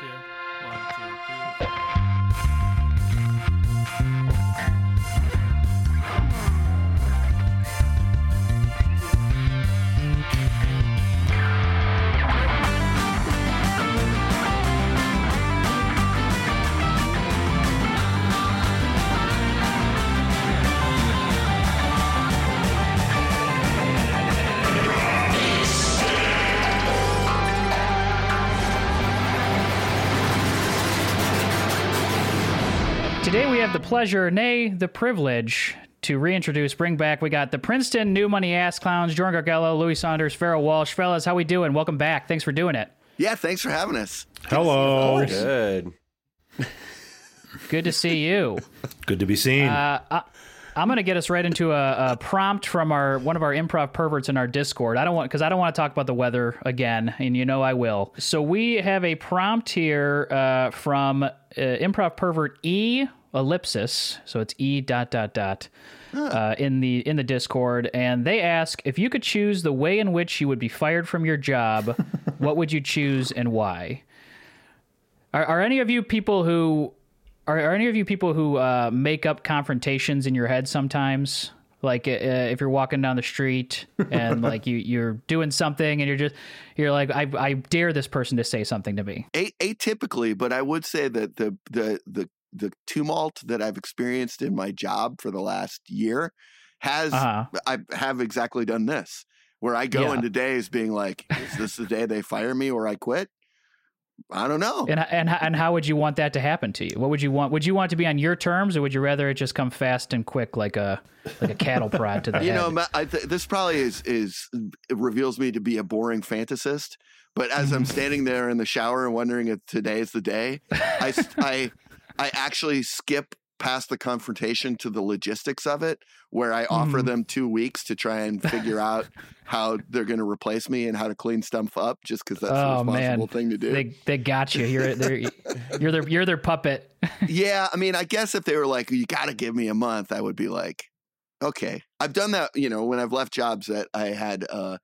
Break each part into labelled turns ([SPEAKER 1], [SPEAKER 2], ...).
[SPEAKER 1] two, one, two, three.
[SPEAKER 2] Today we have the pleasure, nay, the privilege, to reintroduce, bring back. We got the Princeton New Money Ass Clowns, Jordan Gargello, Louis Saunders, Farrell Walsh. Fellas, how we doing? Welcome back. Thanks for doing it.
[SPEAKER 3] Yeah, thanks for having us.
[SPEAKER 4] Hello.
[SPEAKER 5] Good.
[SPEAKER 2] Good to see you.
[SPEAKER 4] Good to be seen.
[SPEAKER 6] Uh,
[SPEAKER 2] Uh, I'm gonna get us right into a, a prompt from our one of our improv perverts in our Discord. I don't want because I don't want to talk about the weather again, and you know I will. So we have a prompt here uh, from uh, improv pervert E ellipsis. So it's E dot dot dot uh, in the in the Discord, and they ask if you could choose the way in which you would be fired from your job, what would you choose and why? Are, are any of you people who are, are any of you people who uh, make up confrontations in your head sometimes? Like uh, if you're walking down the street and like you you're doing something and you're just you're like I I dare this person to say something to me.
[SPEAKER 3] A- atypically, but I would say that the the the the tumult that I've experienced in my job for the last year has
[SPEAKER 2] Uh-huh.
[SPEAKER 3] I have exactly done this, where I go
[SPEAKER 2] Yeah.
[SPEAKER 3] into days being like, "Is this the day they fire me or I quit?" I don't know.
[SPEAKER 2] And and and how would you want that to happen to you? What would you want? Would you want it to be on your terms, or would you rather it just come fast and quick like a like a cattle prod to the
[SPEAKER 3] you
[SPEAKER 2] head?
[SPEAKER 3] know, Ma- I th- this probably is is it reveals me to be a boring fantasist. But as
[SPEAKER 2] Mm.
[SPEAKER 3] I'm standing there in the shower and wondering if today is the day, I s- I I actually skip past the confrontation to the logistics of it, where I
[SPEAKER 2] Mm.
[SPEAKER 3] offer them two weeks to try and figure out how they're going to replace me and how to clean stuff up, just because that's
[SPEAKER 2] Oh,
[SPEAKER 3] the responsible
[SPEAKER 2] man.
[SPEAKER 3] thing to do.
[SPEAKER 2] They they got you. You're they're, you're their you're their puppet.
[SPEAKER 3] Yeah, I mean, I guess if they were like, "You got to give me a month," I would be like, "Okay." I've done that, you know, when I've left jobs that I had uh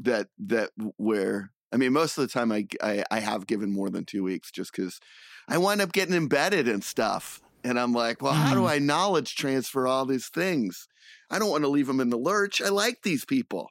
[SPEAKER 3] that that where I mean, most of the time I I, I have given more than two weeks just because I wind up getting embedded in stuff, and I'm like, "Well, how do I knowledge transfer all these things? I don't want to leave them in the lurch. I like these people."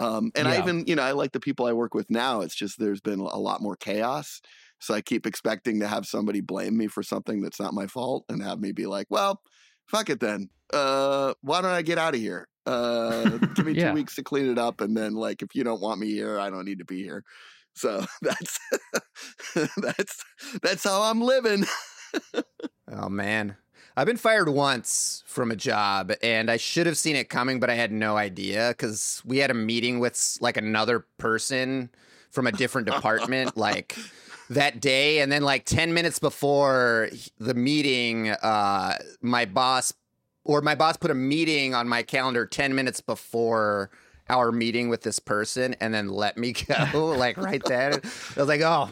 [SPEAKER 3] Um, and I
[SPEAKER 2] Yeah.
[SPEAKER 3] even, you know, I like the people I work with now. It's just there's been a lot more chaos. So I keep expecting to have somebody blame me for something that's not my fault and have me be like, well, fuck it then. Uh, why don't I get out of here? Uh, give me
[SPEAKER 2] Yeah.
[SPEAKER 3] two weeks to clean it up. And then, like, if you don't want me here, I don't need to be here. So that's that's that's how I'm living.
[SPEAKER 6] Oh man. I've been fired once from a job and I should have seen it coming but I had no idea cuz we had a meeting with s- like another person from a different department like that day and then like 10 minutes before he- the meeting uh my boss or my boss put a meeting on my calendar 10 minutes before our meeting with this person and then let me go like right then i was like oh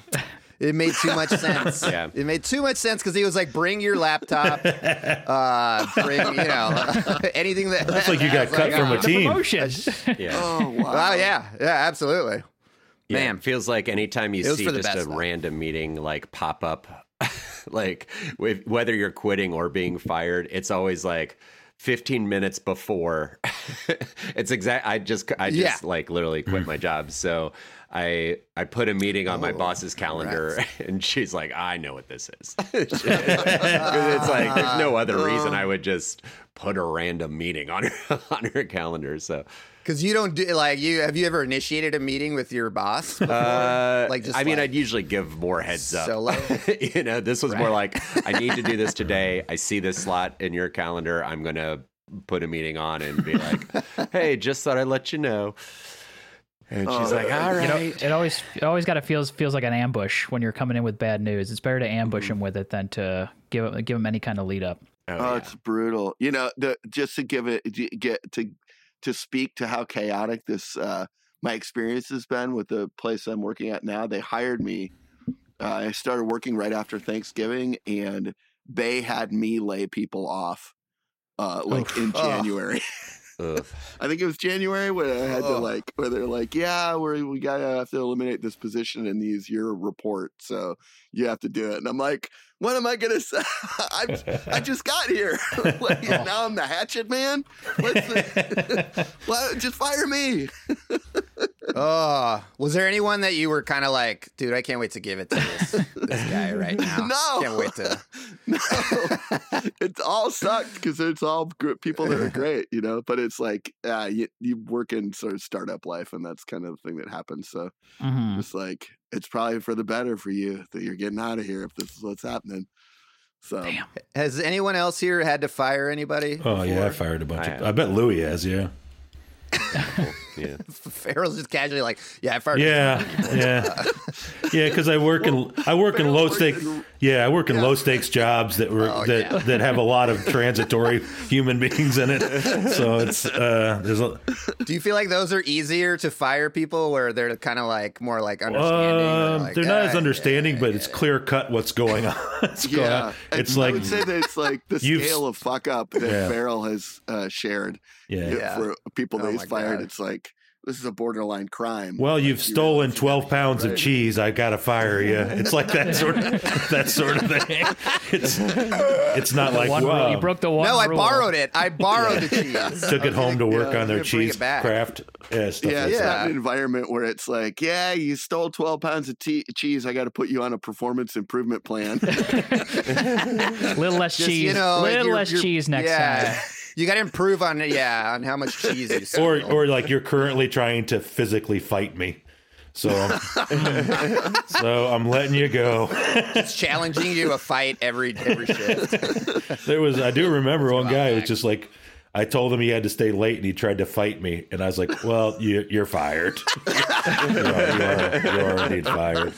[SPEAKER 6] it made too much sense
[SPEAKER 5] Yeah.
[SPEAKER 6] it made too much sense because he was like bring your laptop uh bring you know anything that
[SPEAKER 4] That's like you got cut from a
[SPEAKER 6] team.
[SPEAKER 4] team.
[SPEAKER 2] Promotion.
[SPEAKER 5] Yeah.
[SPEAKER 3] Oh wow!
[SPEAKER 6] oh yeah yeah absolutely
[SPEAKER 5] Yeah,
[SPEAKER 6] man.
[SPEAKER 5] it feels like anytime you
[SPEAKER 6] It was
[SPEAKER 5] see
[SPEAKER 6] for the
[SPEAKER 5] just
[SPEAKER 6] best,
[SPEAKER 5] a
[SPEAKER 6] though.
[SPEAKER 5] random meeting like pop up, like with, whether you're quitting or being fired, it's always like 15 minutes before. it's exact. I just I just
[SPEAKER 6] Yeah.
[SPEAKER 5] like literally quit my job, so I I put a meeting on my
[SPEAKER 6] Oh,
[SPEAKER 5] boss's calendar, and she's like, I know what this is. 'Cause it's like there's no other reason
[SPEAKER 6] Oh.
[SPEAKER 5] I would just put a random meeting on her on her calendar. So.
[SPEAKER 6] because you don't do like you have you ever initiated a meeting with your boss before?
[SPEAKER 5] Uh,
[SPEAKER 6] Like, just
[SPEAKER 5] I mean,
[SPEAKER 6] like-
[SPEAKER 5] I'd usually give more heads up.
[SPEAKER 6] Solo?
[SPEAKER 5] you know, this was more like, I need to do this today. I see this slot in your calendar. I'm gonna put a meeting on and be like, Hey, just thought I'd let you know. And she's
[SPEAKER 6] Oh.
[SPEAKER 5] like, All right.
[SPEAKER 2] You know, it always it always got to feels feels like an ambush when you're coming in with bad news. It's better to ambush
[SPEAKER 6] Mm-hmm.
[SPEAKER 2] him with it than to give him- give him any kind of lead up.
[SPEAKER 5] Oh,
[SPEAKER 3] Oh,
[SPEAKER 5] yeah.
[SPEAKER 3] it's brutal. You know, the, just to give it to get to to speak to how chaotic this uh, my experience has been with the place I'm working at now. They hired me. Uh, I started working right after Thanksgiving, and they had me lay people off uh, like in
[SPEAKER 6] Oh.
[SPEAKER 3] January.
[SPEAKER 5] Ugh.
[SPEAKER 3] I think it was January when I had to
[SPEAKER 6] Ugh.
[SPEAKER 3] like where they're like, yeah, we we gotta have to eliminate this position in these your report, so you have to do it. And I'm like, what am I gonna say? I I just got here. Like, Now I'm the hatchet man. What's the- Why- just fire me.
[SPEAKER 6] Oh, was there anyone that you were kind of like, dude, I can't wait to give it to this, this guy right now?
[SPEAKER 3] No.
[SPEAKER 6] can't wait to.
[SPEAKER 3] No, it's all sucked because it's all gr- people that are great, you know. But it's like uh, you you work in sort of startup life, and that's kind of the thing that happens. So
[SPEAKER 6] Mm-hmm.
[SPEAKER 2] Mhm.
[SPEAKER 3] It's like it's probably for the better for you that you're getting out of here if this is what's happening. So
[SPEAKER 2] Damn.
[SPEAKER 6] Has anyone else here had to fire anybody?
[SPEAKER 4] Oh yeah, I
[SPEAKER 6] before?
[SPEAKER 4] fired a bunch of.
[SPEAKER 5] I-
[SPEAKER 4] I bet Louis has. Yeah,
[SPEAKER 5] Yeah.
[SPEAKER 6] Farrell's just casually like, yeah, I fired.
[SPEAKER 4] yeah, yeah, yeah. Because I work in I work in
[SPEAKER 3] Farrell's
[SPEAKER 4] low
[SPEAKER 3] worked
[SPEAKER 4] stake.
[SPEAKER 3] in-
[SPEAKER 4] Yeah, I work in low stakes jobs that were
[SPEAKER 6] Oh,
[SPEAKER 4] that
[SPEAKER 6] yeah.
[SPEAKER 4] that have a lot of transitory human beings in it. So it's uh, there's a
[SPEAKER 6] Do you feel like those are easier to fire people where they're kind of like more like understanding? or
[SPEAKER 4] um,
[SPEAKER 6] like,
[SPEAKER 4] they're not
[SPEAKER 6] "Ah,
[SPEAKER 4] as
[SPEAKER 6] yeah,
[SPEAKER 4] understanding,
[SPEAKER 6] yeah,
[SPEAKER 4] but
[SPEAKER 6] yeah,
[SPEAKER 4] it's clear cut what's going on. It's going
[SPEAKER 3] yeah,
[SPEAKER 4] on.
[SPEAKER 3] I-
[SPEAKER 4] it's
[SPEAKER 3] I,
[SPEAKER 4] like
[SPEAKER 3] would say that it's like the
[SPEAKER 4] You've-
[SPEAKER 3] scale of fuck up that
[SPEAKER 4] Yeah.
[SPEAKER 3] Farrell has uh, shared
[SPEAKER 4] yeah.
[SPEAKER 6] Yeah.
[SPEAKER 3] for people that
[SPEAKER 6] Oh
[SPEAKER 3] he's
[SPEAKER 6] my
[SPEAKER 3] fired.
[SPEAKER 6] God.
[SPEAKER 3] It's like this is a borderline crime.
[SPEAKER 4] Well, you've
[SPEAKER 3] you
[SPEAKER 4] stolen
[SPEAKER 3] realize you
[SPEAKER 4] twelve
[SPEAKER 3] gotta get it
[SPEAKER 4] pounds of
[SPEAKER 3] right.
[SPEAKER 4] cheese. I gotta fire you. It's like that sort of that sort of thing. It's it's not like
[SPEAKER 2] one rule.
[SPEAKER 4] wow,
[SPEAKER 2] You broke the one.
[SPEAKER 6] um, No, I
[SPEAKER 2] rule.
[SPEAKER 6] borrowed it. I borrowed the cheese.
[SPEAKER 4] took it home to work
[SPEAKER 3] yeah,
[SPEAKER 4] on their
[SPEAKER 6] I'm gonna bring
[SPEAKER 4] cheese
[SPEAKER 6] it back.
[SPEAKER 4] craft. Yeah, stuff
[SPEAKER 3] Yeah,
[SPEAKER 4] like
[SPEAKER 3] it's
[SPEAKER 4] that.
[SPEAKER 3] not an environment where it's like, yeah, you stole 12 pounds of te- cheese. I got to put you on a performance improvement plan.
[SPEAKER 2] Little less
[SPEAKER 6] Just,
[SPEAKER 2] cheese.
[SPEAKER 6] you know, like,
[SPEAKER 2] little
[SPEAKER 6] you're-
[SPEAKER 2] less
[SPEAKER 6] you're-
[SPEAKER 2] cheese next
[SPEAKER 6] yeah.
[SPEAKER 2] time.
[SPEAKER 6] You got to improve on it. Yeah, on how much cheese you sell.
[SPEAKER 4] Or or like you're currently trying to physically fight me. So so I'm letting you go.
[SPEAKER 6] it's challenging you a fight every every shift.
[SPEAKER 4] There was I do remember one guy was just like I told him he had to stay late and he tried to fight me and I was like, "Well, you you're fired. you are, you are, you're already fired."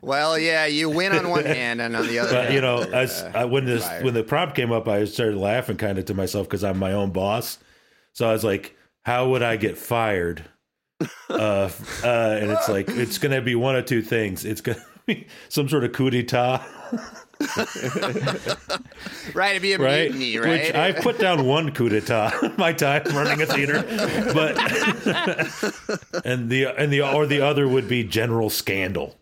[SPEAKER 6] Well, yeah, you win on one hand and on the other.
[SPEAKER 4] But
[SPEAKER 6] hand,
[SPEAKER 4] you know,
[SPEAKER 6] you're,
[SPEAKER 4] I, s-
[SPEAKER 6] uh,
[SPEAKER 4] I- when this
[SPEAKER 6] fired.
[SPEAKER 4] when the prompt came up, I started laughing kind of to myself because I'm my own boss. So I was like, "How would I get fired?" Uh, f- uh, and it's like it's gonna be one of two things. It's gonna be some sort of coup d'état,
[SPEAKER 6] right? It'd be a
[SPEAKER 4] right?
[SPEAKER 6] mutiny, right?
[SPEAKER 4] Which I've put down one coup d'état in my time running a theater, but and the and the or the other would be general scandal,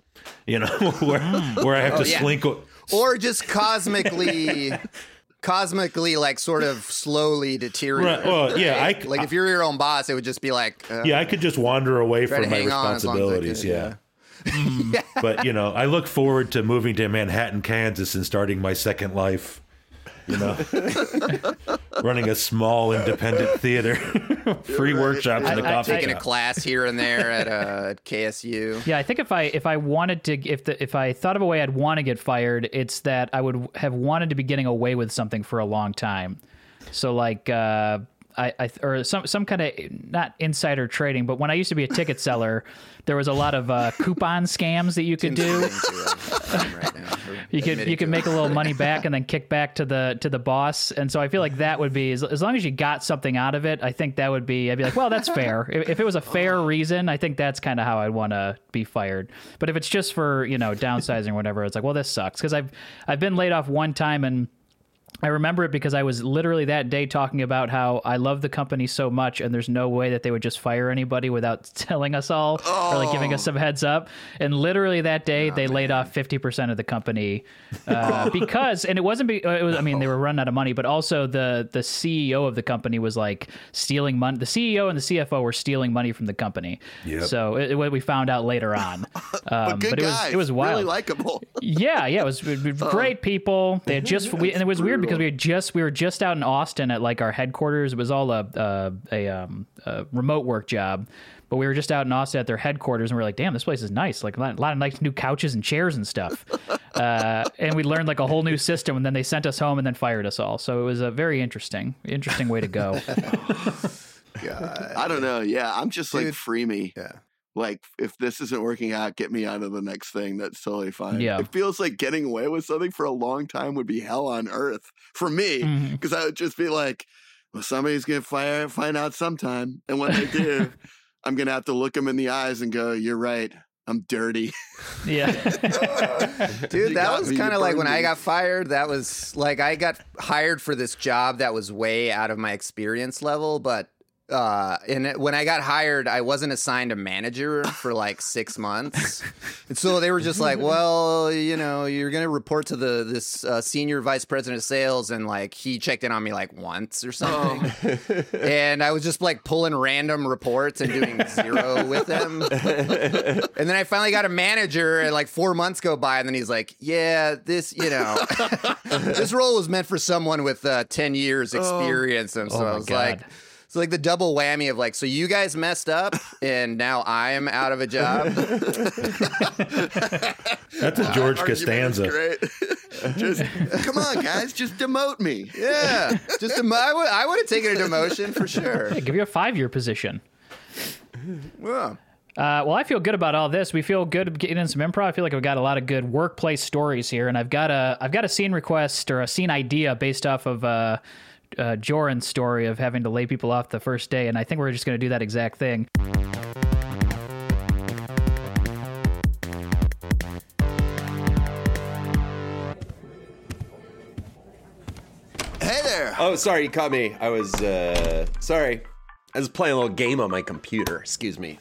[SPEAKER 4] you know, where where I have to
[SPEAKER 6] Hmm. Oh, yeah.
[SPEAKER 4] slink.
[SPEAKER 6] or just cosmically, cosmically, like sort of slowly deteriorate.
[SPEAKER 4] Right, well, yeah, I
[SPEAKER 6] right?
[SPEAKER 4] c-
[SPEAKER 6] like if you're your own boss, it would just be like, uh,
[SPEAKER 4] yeah, I could just wander away
[SPEAKER 6] Try
[SPEAKER 4] from
[SPEAKER 6] to
[SPEAKER 4] my
[SPEAKER 6] hang on as long as I
[SPEAKER 4] responsibilities.
[SPEAKER 6] could,
[SPEAKER 4] yeah.
[SPEAKER 2] Mm.
[SPEAKER 4] but you know, I look forward to moving to Manhattan, Kansas, and starting my second life. You know, running a small independent theater, free workshops in
[SPEAKER 2] I-
[SPEAKER 4] the
[SPEAKER 2] I-
[SPEAKER 4] coffee
[SPEAKER 2] taking
[SPEAKER 6] taking a
[SPEAKER 4] shop.
[SPEAKER 6] class here and there at uh, at KSU.
[SPEAKER 2] Yeah, I think if I if I wanted to if the, if I thought of a way I'd want to get fired, it's that I would have wanted to be getting away with something for a long time. So like uh I, I or some some kind of not insider trading, but when I used to be a ticket seller, there was a lot of uh, coupon scams that you could do.
[SPEAKER 6] right now. We're
[SPEAKER 2] You could
[SPEAKER 6] admitting
[SPEAKER 2] you could
[SPEAKER 6] to
[SPEAKER 2] make
[SPEAKER 6] it.
[SPEAKER 2] a little money back and then kick back to the to the boss. And so I feel like that would be as, as long as you got something out of it. I think that would be. I'd be like, well, that's fair. if, if it was a
[SPEAKER 6] Oh.
[SPEAKER 2] fair reason, I think that's kind of how I'd want to be fired. But if it's just for you know downsizing or whatever, it's like, well, this sucks because I've I've been laid off one time and. I remember it because I was literally that day talking about how I love the company so much, and there's no way that they would just fire anybody without telling us all or like giving
[SPEAKER 3] Oh.
[SPEAKER 2] us some heads up. And literally that day, they laid off 50% of the company uh, because, and it wasn't. Be, uh, it was, I mean, they were running out of money, but also the the CEO of the company was like stealing money. The CEO and the CFO were stealing money from the company.
[SPEAKER 4] Yep.
[SPEAKER 2] So it, it- what we found out later on. Um,
[SPEAKER 3] Good
[SPEAKER 2] it
[SPEAKER 3] guys.
[SPEAKER 2] was it was wild.
[SPEAKER 3] Really likable.
[SPEAKER 2] Yeah, yeah, it was, it was great people. They had just we, and it was weird because we had just we were just out in Austin at like our headquarters. It was all a uh, a, um, a remote work job, but we were just out in Austin at their headquarters, and we were like, "Damn, this place is nice! Like a lot, lot of nice new couches and chairs and stuff." uh, and we learned like a whole new system, and then they sent us home and then fired us all. So it was a very interesting, interesting way to go.
[SPEAKER 6] God.
[SPEAKER 3] I don't know. Yeah, I'm just like
[SPEAKER 6] Dude.
[SPEAKER 3] free me.
[SPEAKER 6] uh, Yeah.
[SPEAKER 3] Like if this isn't working out, get me out of the next thing. That's totally fine.
[SPEAKER 2] Yeah.
[SPEAKER 3] It feels like getting away with something for a long time would be hell on earth for me
[SPEAKER 2] Mhm.
[SPEAKER 3] because I would just be like, well, somebody's gonna fire, find out sometime, and when they do, I'm gonna have to look them in the eyes and go, "You're right." I'm dirty.
[SPEAKER 2] yeah,
[SPEAKER 6] Dude,
[SPEAKER 3] You
[SPEAKER 6] that
[SPEAKER 3] got
[SPEAKER 6] was
[SPEAKER 3] me, you
[SPEAKER 6] kind of like when
[SPEAKER 3] burned
[SPEAKER 6] I
[SPEAKER 3] me.
[SPEAKER 6] got fired. That was like I got hired for this job that was way out of my experience level, but Uh, and it- when I got hired, I wasn't assigned a manager for like six months, and so they were just like, "Well, you know, you're gonna report to the this uh, senior vice president of sales," and like he checked in on me like once or
[SPEAKER 3] Oh.
[SPEAKER 6] something, and I was just like pulling random reports and doing zero with them. And then I finally got a manager, and like four months go by, and then he's like, "Yeah, this, you know, this role was meant for someone with uh, ten years experience." And so
[SPEAKER 2] Oh my
[SPEAKER 6] I was
[SPEAKER 2] God.
[SPEAKER 6] like, "It's like the double whammy of like, so you guys messed up, and now I am out of a job."
[SPEAKER 4] That's a George
[SPEAKER 3] Argument is
[SPEAKER 4] Costanza.
[SPEAKER 3] Great. just come on, guys, just demote me.
[SPEAKER 6] yeah, just a, mo- I would I would have taken a demotion for sure.
[SPEAKER 2] Hey, give you a five year position.
[SPEAKER 6] Yeah.
[SPEAKER 2] Uh, well, I feel good about all this. We feel good getting in some improv. I feel like I've got a lot of good workplace stories here, and I've got a I've got a scene request or a scene idea based off of uh, uh, Joran's story of having to lay people off the first day, and I think we're just going to do that exact thing.
[SPEAKER 3] Hey there.
[SPEAKER 5] Oh, sorry, you caught me. I was uh sorry. I was playing a little game on my computer. Excuse me.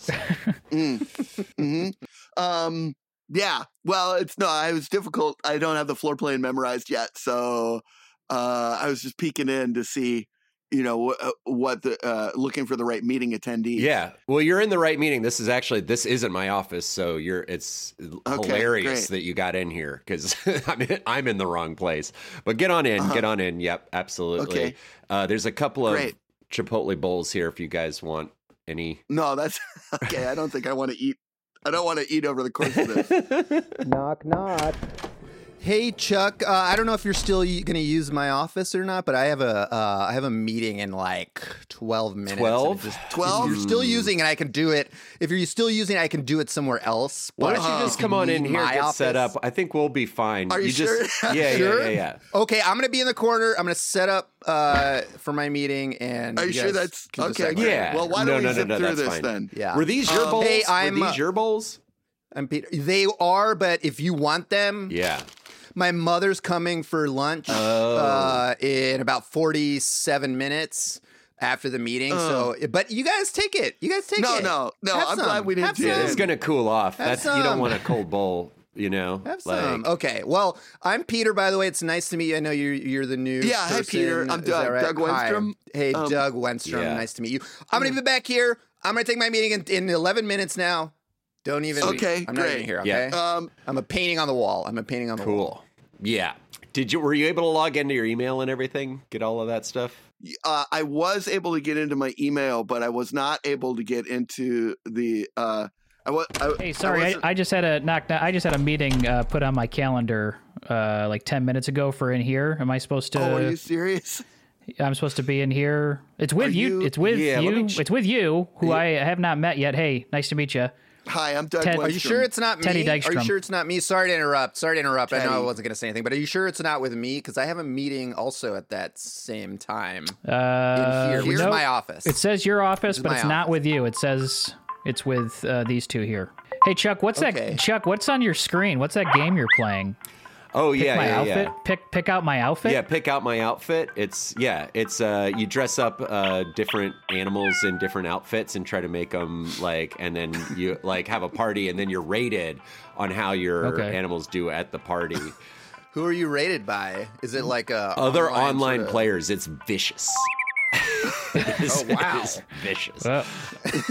[SPEAKER 3] Mm. Um, yeah. Well, it's no, I was difficult. I don't have the floor plan memorized yet, so uh, I was just peeking in to see, you know, wh- uh, what the uh, looking for the right meeting attendee.
[SPEAKER 5] Yeah. Well, you're in the right meeting. This is actually this isn't my office, so you're it's hilarious
[SPEAKER 3] great.
[SPEAKER 5] that you got in here because I'm in, I'm in the wrong place. But get on in,
[SPEAKER 6] Uh-huh.
[SPEAKER 5] get on in. Yep, absolutely.
[SPEAKER 3] Okay.
[SPEAKER 5] Uh, there's a couple of
[SPEAKER 3] Great.
[SPEAKER 5] Chipotle bowls here if you guys want any.
[SPEAKER 3] No, that's okay. I don't think I want to eat. I don't want to eat over the course of this.
[SPEAKER 6] Knock knock. Hey Chuck, uh, I don't know if you're still y- going to use my office or not, but I have a uh, I have a meeting in like 12 minutes. and it
[SPEAKER 5] 12?
[SPEAKER 6] just- if
[SPEAKER 3] 12?
[SPEAKER 6] You're still using it, I can do it. If you're still using it, I can do it somewhere else.
[SPEAKER 5] Why
[SPEAKER 6] but
[SPEAKER 5] don't you
[SPEAKER 6] if
[SPEAKER 5] just come on in
[SPEAKER 6] need
[SPEAKER 5] here,
[SPEAKER 6] my
[SPEAKER 5] get set up?
[SPEAKER 6] office-
[SPEAKER 5] I think we'll be fine.
[SPEAKER 3] Are you
[SPEAKER 5] just
[SPEAKER 3] sure?
[SPEAKER 5] yeah,
[SPEAKER 6] Sure?
[SPEAKER 5] yeah, yeah, yeah.
[SPEAKER 6] Okay, I'm going to be in the corner. I'm going to set up uh, for my meeting and
[SPEAKER 3] Are you sure
[SPEAKER 6] guys
[SPEAKER 3] that's
[SPEAKER 6] can just
[SPEAKER 3] okay?
[SPEAKER 6] act
[SPEAKER 5] Yeah.
[SPEAKER 3] great.
[SPEAKER 6] later.
[SPEAKER 3] Well, why don't
[SPEAKER 5] No,
[SPEAKER 3] we
[SPEAKER 5] no, no,
[SPEAKER 3] zip
[SPEAKER 5] no,
[SPEAKER 3] through
[SPEAKER 5] that's
[SPEAKER 3] this
[SPEAKER 5] fine.
[SPEAKER 3] then?
[SPEAKER 6] Yeah.
[SPEAKER 5] Were these your
[SPEAKER 3] Um,
[SPEAKER 5] bowls?
[SPEAKER 6] hey, I'm,
[SPEAKER 5] Were
[SPEAKER 6] uh,
[SPEAKER 5] these your bowls?
[SPEAKER 6] I'm Peter. They are, but if you want them,
[SPEAKER 5] Yeah.
[SPEAKER 6] My mother's coming for lunch
[SPEAKER 3] Oh.
[SPEAKER 6] uh, in about 47 minutes after the meeting. so, but you guys take it. You guys take
[SPEAKER 3] Oh. No,
[SPEAKER 6] it.
[SPEAKER 3] no, no,
[SPEAKER 6] Have
[SPEAKER 3] I'm
[SPEAKER 6] some.
[SPEAKER 3] glad we didn't
[SPEAKER 6] Have
[SPEAKER 3] do
[SPEAKER 6] some.
[SPEAKER 5] It's gonna cool off.
[SPEAKER 6] Have
[SPEAKER 5] That's you
[SPEAKER 6] some.
[SPEAKER 5] don't want a cold bowl, you know.
[SPEAKER 6] Have
[SPEAKER 5] like-
[SPEAKER 6] some. Okay. Well, I'm Peter, by the way. It's nice to meet you. I know you're you're the new.
[SPEAKER 3] Yeah, hi,
[SPEAKER 6] person.
[SPEAKER 3] Peter. I'm
[SPEAKER 6] Is
[SPEAKER 3] Doug-
[SPEAKER 6] that
[SPEAKER 3] Doug
[SPEAKER 6] Hi.
[SPEAKER 3] Wenstrom.
[SPEAKER 6] Hey,
[SPEAKER 3] Um,
[SPEAKER 6] Doug Wenstrom.
[SPEAKER 5] Yeah.
[SPEAKER 6] Nice to meet you. I'm gonna be back here. I'm gonna take my meeting in, in 11 minutes now. Don't even.
[SPEAKER 3] Okay,
[SPEAKER 6] I'm not
[SPEAKER 3] great.
[SPEAKER 6] even here. Okay.
[SPEAKER 5] Yeah.
[SPEAKER 3] Um,
[SPEAKER 6] I'm a painting on the wall. I'm a painting on the wall.
[SPEAKER 5] Cool. Yeah. Did you were you able to log into your email and everything? Get all of that stuff?
[SPEAKER 3] uh, I was able to get into my email, but I was not able to get into the. Uh, I was. I,
[SPEAKER 2] Hey, sorry,
[SPEAKER 3] I
[SPEAKER 2] I,
[SPEAKER 3] wasn't-
[SPEAKER 2] I just had a knock. knock- I just had a meeting uh, put on my calendar uh, like ten minutes ago for in here. Am I supposed to?
[SPEAKER 3] oh, are you serious?
[SPEAKER 2] I'm supposed to be in here. It's with you,
[SPEAKER 3] you-
[SPEAKER 2] It's with
[SPEAKER 5] yeah, let me
[SPEAKER 2] you.
[SPEAKER 5] ch-
[SPEAKER 2] it's with you, who I have not met yet. Hey, nice to meet you.
[SPEAKER 3] Hi, I'm Doug.
[SPEAKER 2] Ted-
[SPEAKER 3] Wenstrom.
[SPEAKER 2] Are
[SPEAKER 6] Are you sure it's not me?
[SPEAKER 2] Teddy
[SPEAKER 6] Are you
[SPEAKER 2] Dykstrom.
[SPEAKER 6] sure it's not me? Sorry to interrupt. Sorry to interrupt. I know I
[SPEAKER 3] Teddy.
[SPEAKER 6] wasn't going to say anything, but are you sure it's not with me? Because I have a meeting also at that same time
[SPEAKER 2] Uh,
[SPEAKER 6] in here, which
[SPEAKER 2] no,
[SPEAKER 6] is my office.
[SPEAKER 2] It says your office,
[SPEAKER 6] is
[SPEAKER 2] but
[SPEAKER 6] my
[SPEAKER 2] it's not
[SPEAKER 6] office.
[SPEAKER 2] with you. It says it's with uh, these two here. Hey Chuck, what's
[SPEAKER 6] Okay.
[SPEAKER 2] that? Chuck, what's on your screen? What's that game you're playing?
[SPEAKER 5] Oh
[SPEAKER 2] Pick
[SPEAKER 5] yeah,
[SPEAKER 2] my
[SPEAKER 5] yeah,
[SPEAKER 2] outfit.
[SPEAKER 5] yeah.
[SPEAKER 2] Pick pick out my outfit.
[SPEAKER 5] Yeah, pick out my outfit. It's yeah, it's uh you dress up uh different animals in different outfits and try to make them like and then you like have a party and then you're rated on how your
[SPEAKER 2] Okay.
[SPEAKER 5] animals do at the party.
[SPEAKER 6] Who are you rated by? Is it like a
[SPEAKER 5] Other online,
[SPEAKER 6] sort of-
[SPEAKER 5] players, it's vicious.
[SPEAKER 6] Oh wow!
[SPEAKER 5] It's vicious.
[SPEAKER 2] Uh,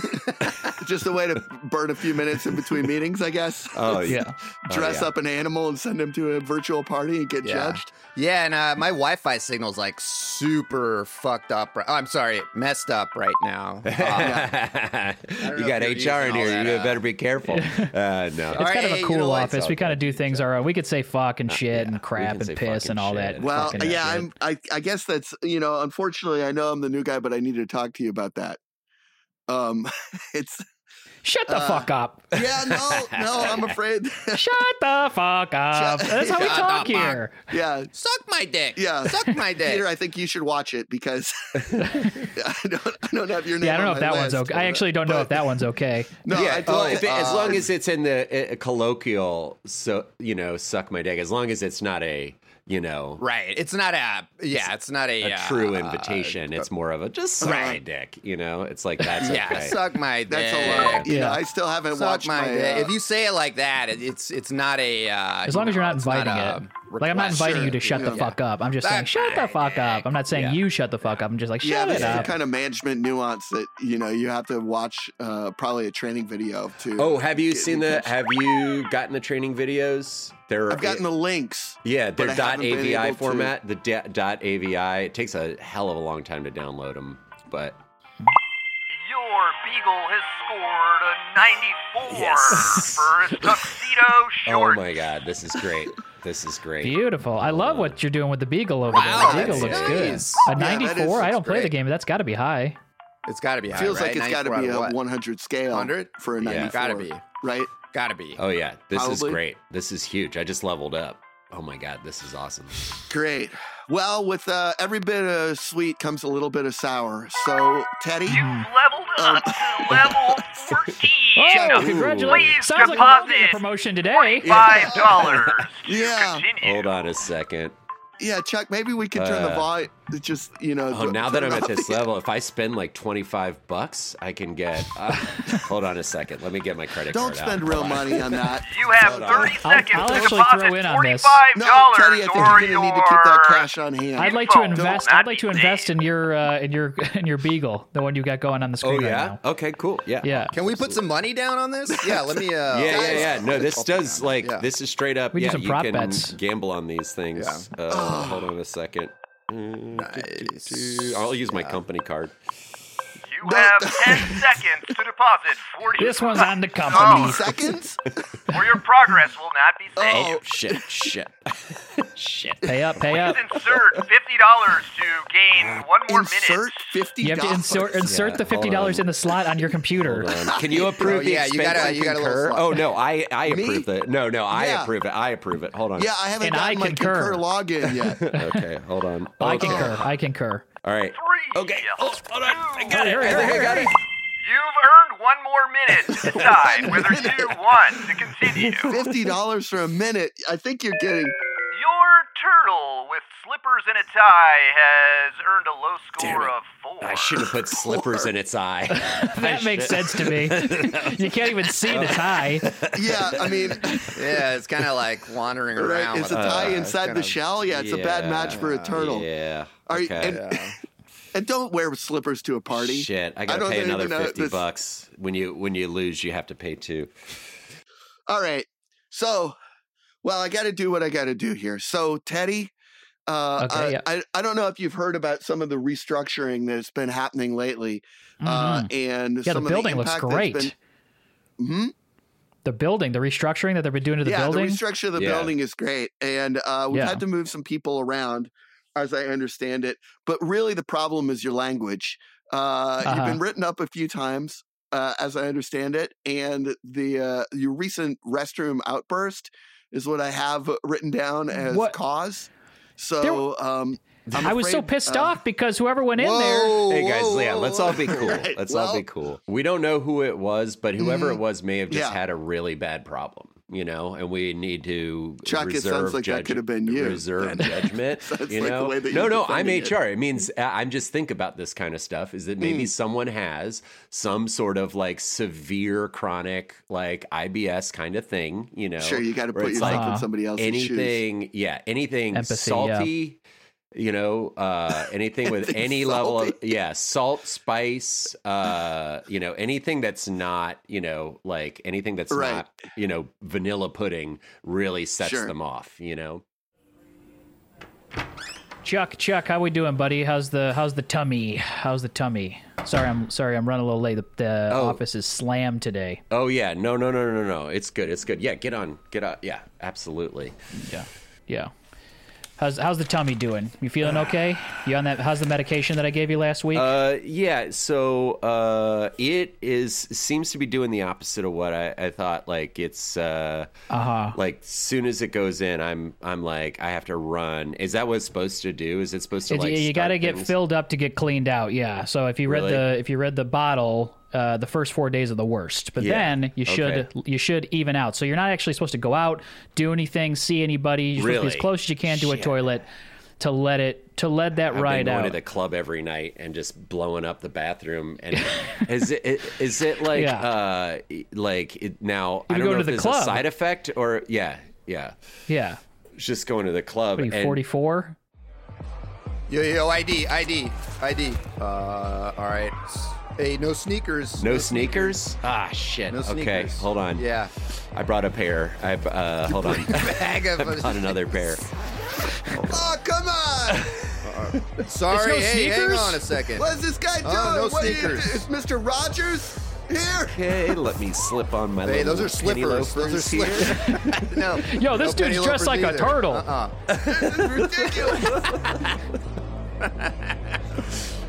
[SPEAKER 3] just a way to burn a few minutes in between meetings? I guess.
[SPEAKER 5] oh yeah.
[SPEAKER 2] yeah.
[SPEAKER 3] Dress
[SPEAKER 5] yeah.
[SPEAKER 3] up an animal and send him to a virtual party and get
[SPEAKER 6] Yeah.
[SPEAKER 3] judged.
[SPEAKER 6] Yeah, and uh, my Wi-Fi signal's like super fucked up. Right- oh, I'm sorry, messed up right now. Uh,
[SPEAKER 5] you
[SPEAKER 6] know
[SPEAKER 5] got
[SPEAKER 6] if you're
[SPEAKER 5] HR
[SPEAKER 6] using all
[SPEAKER 5] in here.
[SPEAKER 6] that
[SPEAKER 5] You
[SPEAKER 6] up.
[SPEAKER 5] better be careful. Uh, no.
[SPEAKER 2] It's kind of
[SPEAKER 6] Hey,
[SPEAKER 2] a
[SPEAKER 6] you
[SPEAKER 2] cool
[SPEAKER 6] know what? Uh,
[SPEAKER 2] office.
[SPEAKER 5] It's
[SPEAKER 2] We kind of
[SPEAKER 5] okay.
[SPEAKER 2] do things our own. We could say fuck and shit
[SPEAKER 5] yeah, we
[SPEAKER 2] and crap
[SPEAKER 5] can say
[SPEAKER 2] and piss and
[SPEAKER 5] fuck and
[SPEAKER 2] all that.
[SPEAKER 5] shit.
[SPEAKER 3] Well,
[SPEAKER 2] fucking
[SPEAKER 3] yeah,
[SPEAKER 2] shit.
[SPEAKER 3] I'm. I, I guess that's you know. Unfortunately, I know I'm the new guy, but I need to talk to you about that. Um, it's
[SPEAKER 2] Shut
[SPEAKER 6] uh,
[SPEAKER 2] the fuck up.
[SPEAKER 3] Yeah, no, no, I'm afraid.
[SPEAKER 2] Shut the fuck up. That's how we
[SPEAKER 6] Shut
[SPEAKER 2] talk
[SPEAKER 6] the fuck.
[SPEAKER 2] here.
[SPEAKER 3] yeah,
[SPEAKER 6] Suck my dick.
[SPEAKER 3] Yeah.
[SPEAKER 6] Suck my dick.
[SPEAKER 3] Peter, I think you should watch it because I don't, I don't have your name.
[SPEAKER 2] Yeah, I don't know
[SPEAKER 3] on
[SPEAKER 2] if
[SPEAKER 3] my
[SPEAKER 2] that one's
[SPEAKER 3] list,
[SPEAKER 2] okay. I
[SPEAKER 3] but-
[SPEAKER 2] actually don't know if that one's okay.
[SPEAKER 3] No,
[SPEAKER 5] yeah,
[SPEAKER 3] I
[SPEAKER 5] well,
[SPEAKER 6] oh,
[SPEAKER 3] don't.
[SPEAKER 5] if it- as
[SPEAKER 3] uh,
[SPEAKER 5] long as it's in the uh, colloquial, so you know, suck my dick. As long as it's not a, you know,
[SPEAKER 6] right. It's not a. Yeah. It's not a,
[SPEAKER 5] a
[SPEAKER 6] uh,
[SPEAKER 5] true invitation. it's more of a just suck my
[SPEAKER 6] Right.
[SPEAKER 5] dick. You know, it's like that's
[SPEAKER 6] Yeah.
[SPEAKER 5] okay.
[SPEAKER 6] Suck my dick.
[SPEAKER 3] that's a lot. You know,
[SPEAKER 2] Yeah.
[SPEAKER 3] I still haven't
[SPEAKER 6] Suck
[SPEAKER 3] watched
[SPEAKER 6] my,
[SPEAKER 3] my.
[SPEAKER 6] dick.
[SPEAKER 3] uh,
[SPEAKER 6] if you say it like that, it, it's it's not a. Uh,
[SPEAKER 2] As long
[SPEAKER 6] you
[SPEAKER 2] as you're
[SPEAKER 6] know,
[SPEAKER 2] not
[SPEAKER 6] it's
[SPEAKER 2] inviting
[SPEAKER 6] a
[SPEAKER 2] it. Like I'm not
[SPEAKER 6] request.
[SPEAKER 2] inviting you to
[SPEAKER 3] Sure.
[SPEAKER 2] shut the
[SPEAKER 3] Yeah.
[SPEAKER 2] fuck up. I'm just saying
[SPEAKER 6] Suck
[SPEAKER 2] shut the
[SPEAKER 6] my
[SPEAKER 2] fuck up. I'm not saying
[SPEAKER 5] Yeah.
[SPEAKER 2] you shut the fuck up. I'm just like
[SPEAKER 3] yeah,
[SPEAKER 2] shut
[SPEAKER 3] this
[SPEAKER 2] it
[SPEAKER 3] is
[SPEAKER 2] up.
[SPEAKER 3] the kind of management nuance that you know you have to watch uh, probably a training video to.
[SPEAKER 5] Oh, have you
[SPEAKER 3] get
[SPEAKER 5] seen the? Have you gotten the training videos? They're
[SPEAKER 3] I've gotten the links.
[SPEAKER 5] yeah,
[SPEAKER 3] but I
[SPEAKER 5] they're dot
[SPEAKER 3] haven't been able
[SPEAKER 5] .avi
[SPEAKER 3] to-
[SPEAKER 5] format. The da- dot .avi. It takes a hell of a long time to download them, but
[SPEAKER 7] Your Beagle has scored a 94
[SPEAKER 5] Yes.
[SPEAKER 7] for his tuxedo
[SPEAKER 5] oh
[SPEAKER 7] short.
[SPEAKER 5] my god, this is great. This is great.
[SPEAKER 2] Beautiful. I love what you're doing with the beagle over
[SPEAKER 6] Wow,
[SPEAKER 2] there. The beagle
[SPEAKER 5] that's
[SPEAKER 2] looks
[SPEAKER 6] nice.
[SPEAKER 2] good. A
[SPEAKER 3] Yeah, that is-
[SPEAKER 2] 94. I
[SPEAKER 3] that's
[SPEAKER 2] don't play the
[SPEAKER 6] great.
[SPEAKER 2] game, but that's got to be high.
[SPEAKER 6] It's got to be. high,
[SPEAKER 3] Feels
[SPEAKER 6] right?
[SPEAKER 3] like it's got
[SPEAKER 6] 94
[SPEAKER 3] to be
[SPEAKER 6] out
[SPEAKER 3] a
[SPEAKER 6] of what?
[SPEAKER 3] 100 scale
[SPEAKER 6] 100?
[SPEAKER 3] for a
[SPEAKER 5] Yeah.
[SPEAKER 3] 94.
[SPEAKER 6] Gotta be.
[SPEAKER 3] right.
[SPEAKER 6] Gotta be.
[SPEAKER 5] Oh yeah, this is
[SPEAKER 3] Probably.
[SPEAKER 5] great. This is huge. I just leveled up. Oh my god, this is awesome.
[SPEAKER 3] Great. Well, with uh, every bit of sweet comes a little bit of sour. So, Teddy,
[SPEAKER 7] You've leveled up to level 14.
[SPEAKER 2] Oh,
[SPEAKER 7] Please
[SPEAKER 2] congratulations. Sounds like I'm getting a
[SPEAKER 7] deposit
[SPEAKER 2] promotion today.
[SPEAKER 7] five dollars.
[SPEAKER 3] Yeah.
[SPEAKER 7] Continue.
[SPEAKER 5] Hold on a second.
[SPEAKER 3] yeah, Chuck, maybe we could turn the
[SPEAKER 5] Uh,
[SPEAKER 3] volume. Just you know.
[SPEAKER 5] Oh,
[SPEAKER 3] th-
[SPEAKER 5] now that
[SPEAKER 3] turn
[SPEAKER 5] I'm
[SPEAKER 3] off
[SPEAKER 5] at this
[SPEAKER 3] the-
[SPEAKER 5] level, if I spend like 25 bucks, I can get. Uh, hold on a second. Let me get my credit
[SPEAKER 3] Don't
[SPEAKER 5] card.
[SPEAKER 3] spend
[SPEAKER 5] out.
[SPEAKER 3] real
[SPEAKER 5] Hold on.
[SPEAKER 3] money on that.
[SPEAKER 7] You have
[SPEAKER 5] Hold on.
[SPEAKER 7] 30
[SPEAKER 2] I'll-
[SPEAKER 7] seconds
[SPEAKER 2] I'll
[SPEAKER 7] to
[SPEAKER 2] actually
[SPEAKER 7] deposit
[SPEAKER 2] throw in on
[SPEAKER 7] $45
[SPEAKER 2] this.
[SPEAKER 3] No, Teddy, I think
[SPEAKER 7] or
[SPEAKER 3] you're gonna
[SPEAKER 7] your...
[SPEAKER 3] need to keep that cash on hand.
[SPEAKER 2] I'd like to
[SPEAKER 7] Info.
[SPEAKER 2] invest.
[SPEAKER 7] Don't
[SPEAKER 2] I'd like to
[SPEAKER 7] not be
[SPEAKER 2] invest in your uh, in your in your beagle, the one you got going on the
[SPEAKER 5] Oh,
[SPEAKER 2] screen
[SPEAKER 5] yeah?
[SPEAKER 2] right now.
[SPEAKER 5] Okay, cool. Yeah.
[SPEAKER 2] Yeah.
[SPEAKER 6] Can we put some money down on this? Yeah, let me. Uh,
[SPEAKER 5] Yeah, yeah, yeah. No, this does like
[SPEAKER 6] Yeah.
[SPEAKER 5] this is straight up.
[SPEAKER 2] We do
[SPEAKER 5] yeah,
[SPEAKER 2] some
[SPEAKER 5] you
[SPEAKER 2] prop
[SPEAKER 5] can
[SPEAKER 2] bets.
[SPEAKER 5] gamble on these things.
[SPEAKER 6] Yeah.
[SPEAKER 5] Uh, hold on a second. Uh, Nice. I'll use my company card.
[SPEAKER 7] You have 10 seconds to deposit 40
[SPEAKER 2] This one's on the company.
[SPEAKER 3] Oh, Seconds?
[SPEAKER 7] or your progress will not be saved.
[SPEAKER 5] Oh shit! Shit! shit!
[SPEAKER 2] Pay up. Pay up.
[SPEAKER 7] Insert $50 to gain one more
[SPEAKER 3] Insert
[SPEAKER 7] minute.
[SPEAKER 3] fifty
[SPEAKER 2] You have to insert insert
[SPEAKER 5] Yeah,
[SPEAKER 2] the fifty dollars
[SPEAKER 5] hold on.
[SPEAKER 2] in the slot on your computer.
[SPEAKER 5] Hold on. Can you approve the
[SPEAKER 6] yeah, you
[SPEAKER 5] expense
[SPEAKER 6] gotta-
[SPEAKER 5] and
[SPEAKER 6] you gotta let us
[SPEAKER 5] concur?
[SPEAKER 6] know.
[SPEAKER 5] Oh no, I I
[SPEAKER 3] Me?
[SPEAKER 5] approve it. No, no, I
[SPEAKER 3] Yeah.
[SPEAKER 5] approve it. I approve it. Hold on.
[SPEAKER 3] Yeah, I haven't
[SPEAKER 2] And I
[SPEAKER 3] gotten my
[SPEAKER 2] concur.
[SPEAKER 3] concur login yet.
[SPEAKER 5] Okay, hold on.
[SPEAKER 2] I
[SPEAKER 5] Okay.
[SPEAKER 2] concur. I concur.
[SPEAKER 5] All right.
[SPEAKER 7] Three.
[SPEAKER 5] Okay. Oh, hold on. I got it.
[SPEAKER 2] Hurry,
[SPEAKER 5] I think I
[SPEAKER 2] hurry,
[SPEAKER 5] got it.
[SPEAKER 7] You've earned one more minute to decide whether you want to continue.
[SPEAKER 3] Fifty dollars for a minute. I think you're getting.
[SPEAKER 7] Your turtle with slippers and a tie has earned a low
[SPEAKER 5] Damn
[SPEAKER 7] score
[SPEAKER 5] it.
[SPEAKER 7] of four.
[SPEAKER 5] I should have put slippers in its eye.
[SPEAKER 2] That makes sense to me. you can't even see the tie.
[SPEAKER 3] Yeah, I mean,
[SPEAKER 6] Yeah, it's kind of like wandering around.
[SPEAKER 3] right? It's a
[SPEAKER 6] with
[SPEAKER 3] tie
[SPEAKER 6] uh,
[SPEAKER 3] inside
[SPEAKER 6] kinda-
[SPEAKER 3] the shell. Yeah, it's a bad match for a turtle.
[SPEAKER 5] Yeah.
[SPEAKER 3] Are you-
[SPEAKER 5] okay.
[SPEAKER 3] and-
[SPEAKER 6] Yeah.
[SPEAKER 3] And don't wear slippers to a party.
[SPEAKER 5] Shit, I
[SPEAKER 3] I
[SPEAKER 5] gotta
[SPEAKER 3] don't
[SPEAKER 5] pay
[SPEAKER 3] even
[SPEAKER 5] another
[SPEAKER 3] know
[SPEAKER 5] fifty
[SPEAKER 3] this-
[SPEAKER 5] bucks. When you when you lose, you have to pay two.
[SPEAKER 3] All right. So, well, I got to do what I got to do here. So, Teddy, uh,
[SPEAKER 2] Okay,
[SPEAKER 3] I,
[SPEAKER 2] yeah.
[SPEAKER 3] I, I don't know if you've heard about some of the restructuring that's been happening lately. Uh,
[SPEAKER 2] Mhm.
[SPEAKER 3] and
[SPEAKER 2] yeah, the
[SPEAKER 3] some
[SPEAKER 2] building
[SPEAKER 3] of the
[SPEAKER 2] looks
[SPEAKER 3] impact
[SPEAKER 2] great.
[SPEAKER 3] That's been, hmm?
[SPEAKER 2] The building, the restructuring that they've been doing to the
[SPEAKER 3] yeah,
[SPEAKER 2] building.
[SPEAKER 3] the restructure of the
[SPEAKER 5] Yeah.
[SPEAKER 3] building is great, and uh, we've
[SPEAKER 2] Yeah.
[SPEAKER 3] had to move some people around, as I understand it. But really, the problem is your language. Uh, You've
[SPEAKER 2] Uh-huh.
[SPEAKER 3] been written up a few times, uh, as I understand it, and the uh, your recent restroom outburst is what I have written down as
[SPEAKER 2] What-
[SPEAKER 3] cause. So um, I'm
[SPEAKER 2] I was so
[SPEAKER 3] afraid,
[SPEAKER 2] pissed
[SPEAKER 3] uh,
[SPEAKER 2] off because whoever went in there.
[SPEAKER 3] Whoa,
[SPEAKER 5] Hey guys,
[SPEAKER 3] whoa,
[SPEAKER 5] yeah,
[SPEAKER 3] whoa,
[SPEAKER 5] let's all be
[SPEAKER 3] whoa.
[SPEAKER 5] cool.
[SPEAKER 3] Right,
[SPEAKER 5] Let's all
[SPEAKER 3] well, Mm-hmm.
[SPEAKER 5] be cool. We don't know who it was, but whoever it was may have just
[SPEAKER 3] Yeah.
[SPEAKER 5] had a really bad problem, you know, and we need to
[SPEAKER 3] Chuck, it sounds
[SPEAKER 5] reserve
[SPEAKER 3] like that
[SPEAKER 5] judge-
[SPEAKER 3] could have been you.
[SPEAKER 5] Reserve judgment.
[SPEAKER 3] Sounds
[SPEAKER 5] you
[SPEAKER 3] like the
[SPEAKER 5] know,
[SPEAKER 3] way that
[SPEAKER 5] no,
[SPEAKER 3] you're
[SPEAKER 5] no, I'm
[SPEAKER 3] defending it.
[SPEAKER 5] HR. It means uh, I'm just think about this kind of stuff. Is that maybe
[SPEAKER 3] Mm.
[SPEAKER 5] someone has some sort of like severe chronic like IBS kind of thing, you know?
[SPEAKER 3] Sure, you got to
[SPEAKER 5] where
[SPEAKER 3] put
[SPEAKER 5] it's
[SPEAKER 3] yourself
[SPEAKER 5] like
[SPEAKER 3] in somebody else's shoes.
[SPEAKER 5] anything yeah anything
[SPEAKER 2] Empathy, yeah.
[SPEAKER 5] salty you know uh anything with
[SPEAKER 3] Anything
[SPEAKER 5] any level of yeah salt spice uh you know anything that's not you know like anything that's
[SPEAKER 3] Right.
[SPEAKER 5] not you know vanilla pudding really sets
[SPEAKER 3] Sure.
[SPEAKER 5] them off you know
[SPEAKER 2] Chuck, Chuck, how we doing, buddy? How's the how's the tummy? How's the tummy? Sorry, I'm sorry, I'm running a little late. The, the
[SPEAKER 5] Oh.
[SPEAKER 2] office is slammed today.
[SPEAKER 5] oh yeah no no no no no it's good it's good yeah get on get on yeah absolutely
[SPEAKER 2] Yeah, yeah. How's how's the tummy doing? You feeling okay? You on that? How's the medication that I gave you last week?
[SPEAKER 5] Uh, yeah. So uh, it is seems to be doing the opposite of what I, I thought. Like it's uh,
[SPEAKER 2] Uh-huh.
[SPEAKER 5] like soon as it goes in, I'm I'm like I have to run. Is that what it's supposed to do? Is it supposed to
[SPEAKER 2] It's-
[SPEAKER 5] like
[SPEAKER 2] you got to
[SPEAKER 5] start
[SPEAKER 2] get
[SPEAKER 5] things?
[SPEAKER 2] filled up to get cleaned out. Yeah. So if you read
[SPEAKER 5] Really?
[SPEAKER 2] the if you read the bottle, uh, the first four days are the worst. But
[SPEAKER 5] Yeah.
[SPEAKER 2] then you should you should even out. So you're not actually supposed to go out, do anything, see anybody. You're supposed to be
[SPEAKER 5] Really?
[SPEAKER 2] as close as you can to a
[SPEAKER 5] Shit.
[SPEAKER 2] toilet to let it to let that
[SPEAKER 5] I've
[SPEAKER 2] ride
[SPEAKER 5] been going
[SPEAKER 2] out.
[SPEAKER 5] to the club every night and just blowing up the bathroom. And is it is it like
[SPEAKER 2] Yeah.
[SPEAKER 5] uh like it, now I
[SPEAKER 2] You
[SPEAKER 5] don't
[SPEAKER 2] go
[SPEAKER 5] know
[SPEAKER 2] to
[SPEAKER 5] if
[SPEAKER 2] the
[SPEAKER 5] there's
[SPEAKER 2] club.
[SPEAKER 5] a side effect or yeah yeah
[SPEAKER 2] yeah.
[SPEAKER 5] It's just going to the club.
[SPEAKER 2] What are you
[SPEAKER 5] and-
[SPEAKER 2] 44?
[SPEAKER 6] Yo, yo, ID, ID, ID. Uh, all right. Hey, no sneakers.
[SPEAKER 5] No sneakers? Ah, shit.
[SPEAKER 6] No
[SPEAKER 5] okay,
[SPEAKER 6] sneakers.
[SPEAKER 5] hold on.
[SPEAKER 6] Yeah.
[SPEAKER 5] I brought a pair. I uh, hold on.
[SPEAKER 6] Bag of.
[SPEAKER 5] I brought another pair.
[SPEAKER 6] Oh, come on. Sorry.
[SPEAKER 2] There's no
[SPEAKER 6] hey, hang
[SPEAKER 2] sneakers?
[SPEAKER 6] on a second.
[SPEAKER 3] What is this guy doing?
[SPEAKER 6] Oh, no
[SPEAKER 3] What are you-
[SPEAKER 6] sneakers.
[SPEAKER 3] is Mr. Rogers here?
[SPEAKER 5] Okay, let me slip on my.
[SPEAKER 6] Hey,
[SPEAKER 5] little
[SPEAKER 6] those are
[SPEAKER 5] penny
[SPEAKER 6] slippers. Those are
[SPEAKER 5] loafers here.
[SPEAKER 6] slippers. no.
[SPEAKER 2] Yo, this
[SPEAKER 6] penny
[SPEAKER 2] dude's dressed
[SPEAKER 6] loafers
[SPEAKER 2] like a
[SPEAKER 6] either.
[SPEAKER 2] turtle.
[SPEAKER 6] Uh-uh.
[SPEAKER 3] This is ridiculous.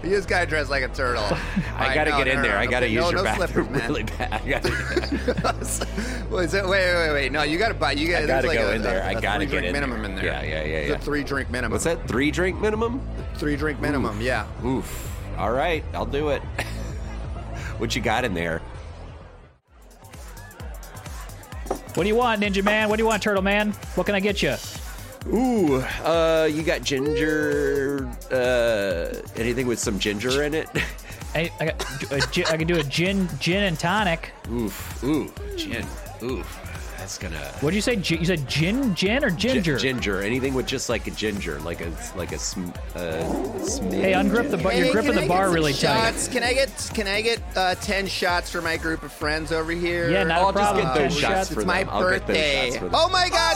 [SPEAKER 6] You just gotta dress like a turtle.
[SPEAKER 5] I gotta get in there. I gotta use
[SPEAKER 6] no,
[SPEAKER 5] your
[SPEAKER 6] no
[SPEAKER 5] bathroom
[SPEAKER 6] slippers, man.
[SPEAKER 5] really bad. I gotta,
[SPEAKER 6] Well, is it- wait, wait, wait, wait. No, you gotta buy. You gotta,
[SPEAKER 5] I
[SPEAKER 6] there's like
[SPEAKER 5] gotta go
[SPEAKER 6] a,
[SPEAKER 5] in there.
[SPEAKER 6] I
[SPEAKER 5] I gotta get
[SPEAKER 6] drink
[SPEAKER 5] in
[SPEAKER 6] minimum in there.
[SPEAKER 5] Yeah, yeah, yeah,
[SPEAKER 6] It's
[SPEAKER 5] yeah.
[SPEAKER 6] a three drink minimum.
[SPEAKER 5] What's that? Three drink minimum?
[SPEAKER 6] Three drink minimum. Yeah.
[SPEAKER 5] Oof. All right, I'll do it. what you got in there?
[SPEAKER 2] What do you want, Ninja Man? What do you want, Turtle Man? What can I get you?
[SPEAKER 5] Ooh, uh, you got ginger. Uh, anything with some ginger in it?
[SPEAKER 2] I, I, got, a gi- I can do a gin gin and tonic.
[SPEAKER 5] Oof. Ooh, gin. Oof. That's gonna.
[SPEAKER 2] What did you say? Gi- You said gin, gin or
[SPEAKER 5] Gi-
[SPEAKER 2] ginger?
[SPEAKER 5] Ginger. Anything with just like a ginger, like a like a sm- uh, sm-
[SPEAKER 2] Hey, ungrip the bar. You're gripping the bar really tight.
[SPEAKER 6] shots? Can I get can I get uh, ten shots for my group of friends over here?
[SPEAKER 2] Yeah, not a
[SPEAKER 5] I'll just
[SPEAKER 2] problem.
[SPEAKER 5] get
[SPEAKER 2] Ten
[SPEAKER 5] those shots
[SPEAKER 2] shots.
[SPEAKER 5] for
[SPEAKER 6] It's my
[SPEAKER 5] them. I'll get those
[SPEAKER 6] birthday.
[SPEAKER 5] shots for them.
[SPEAKER 6] Oh my God!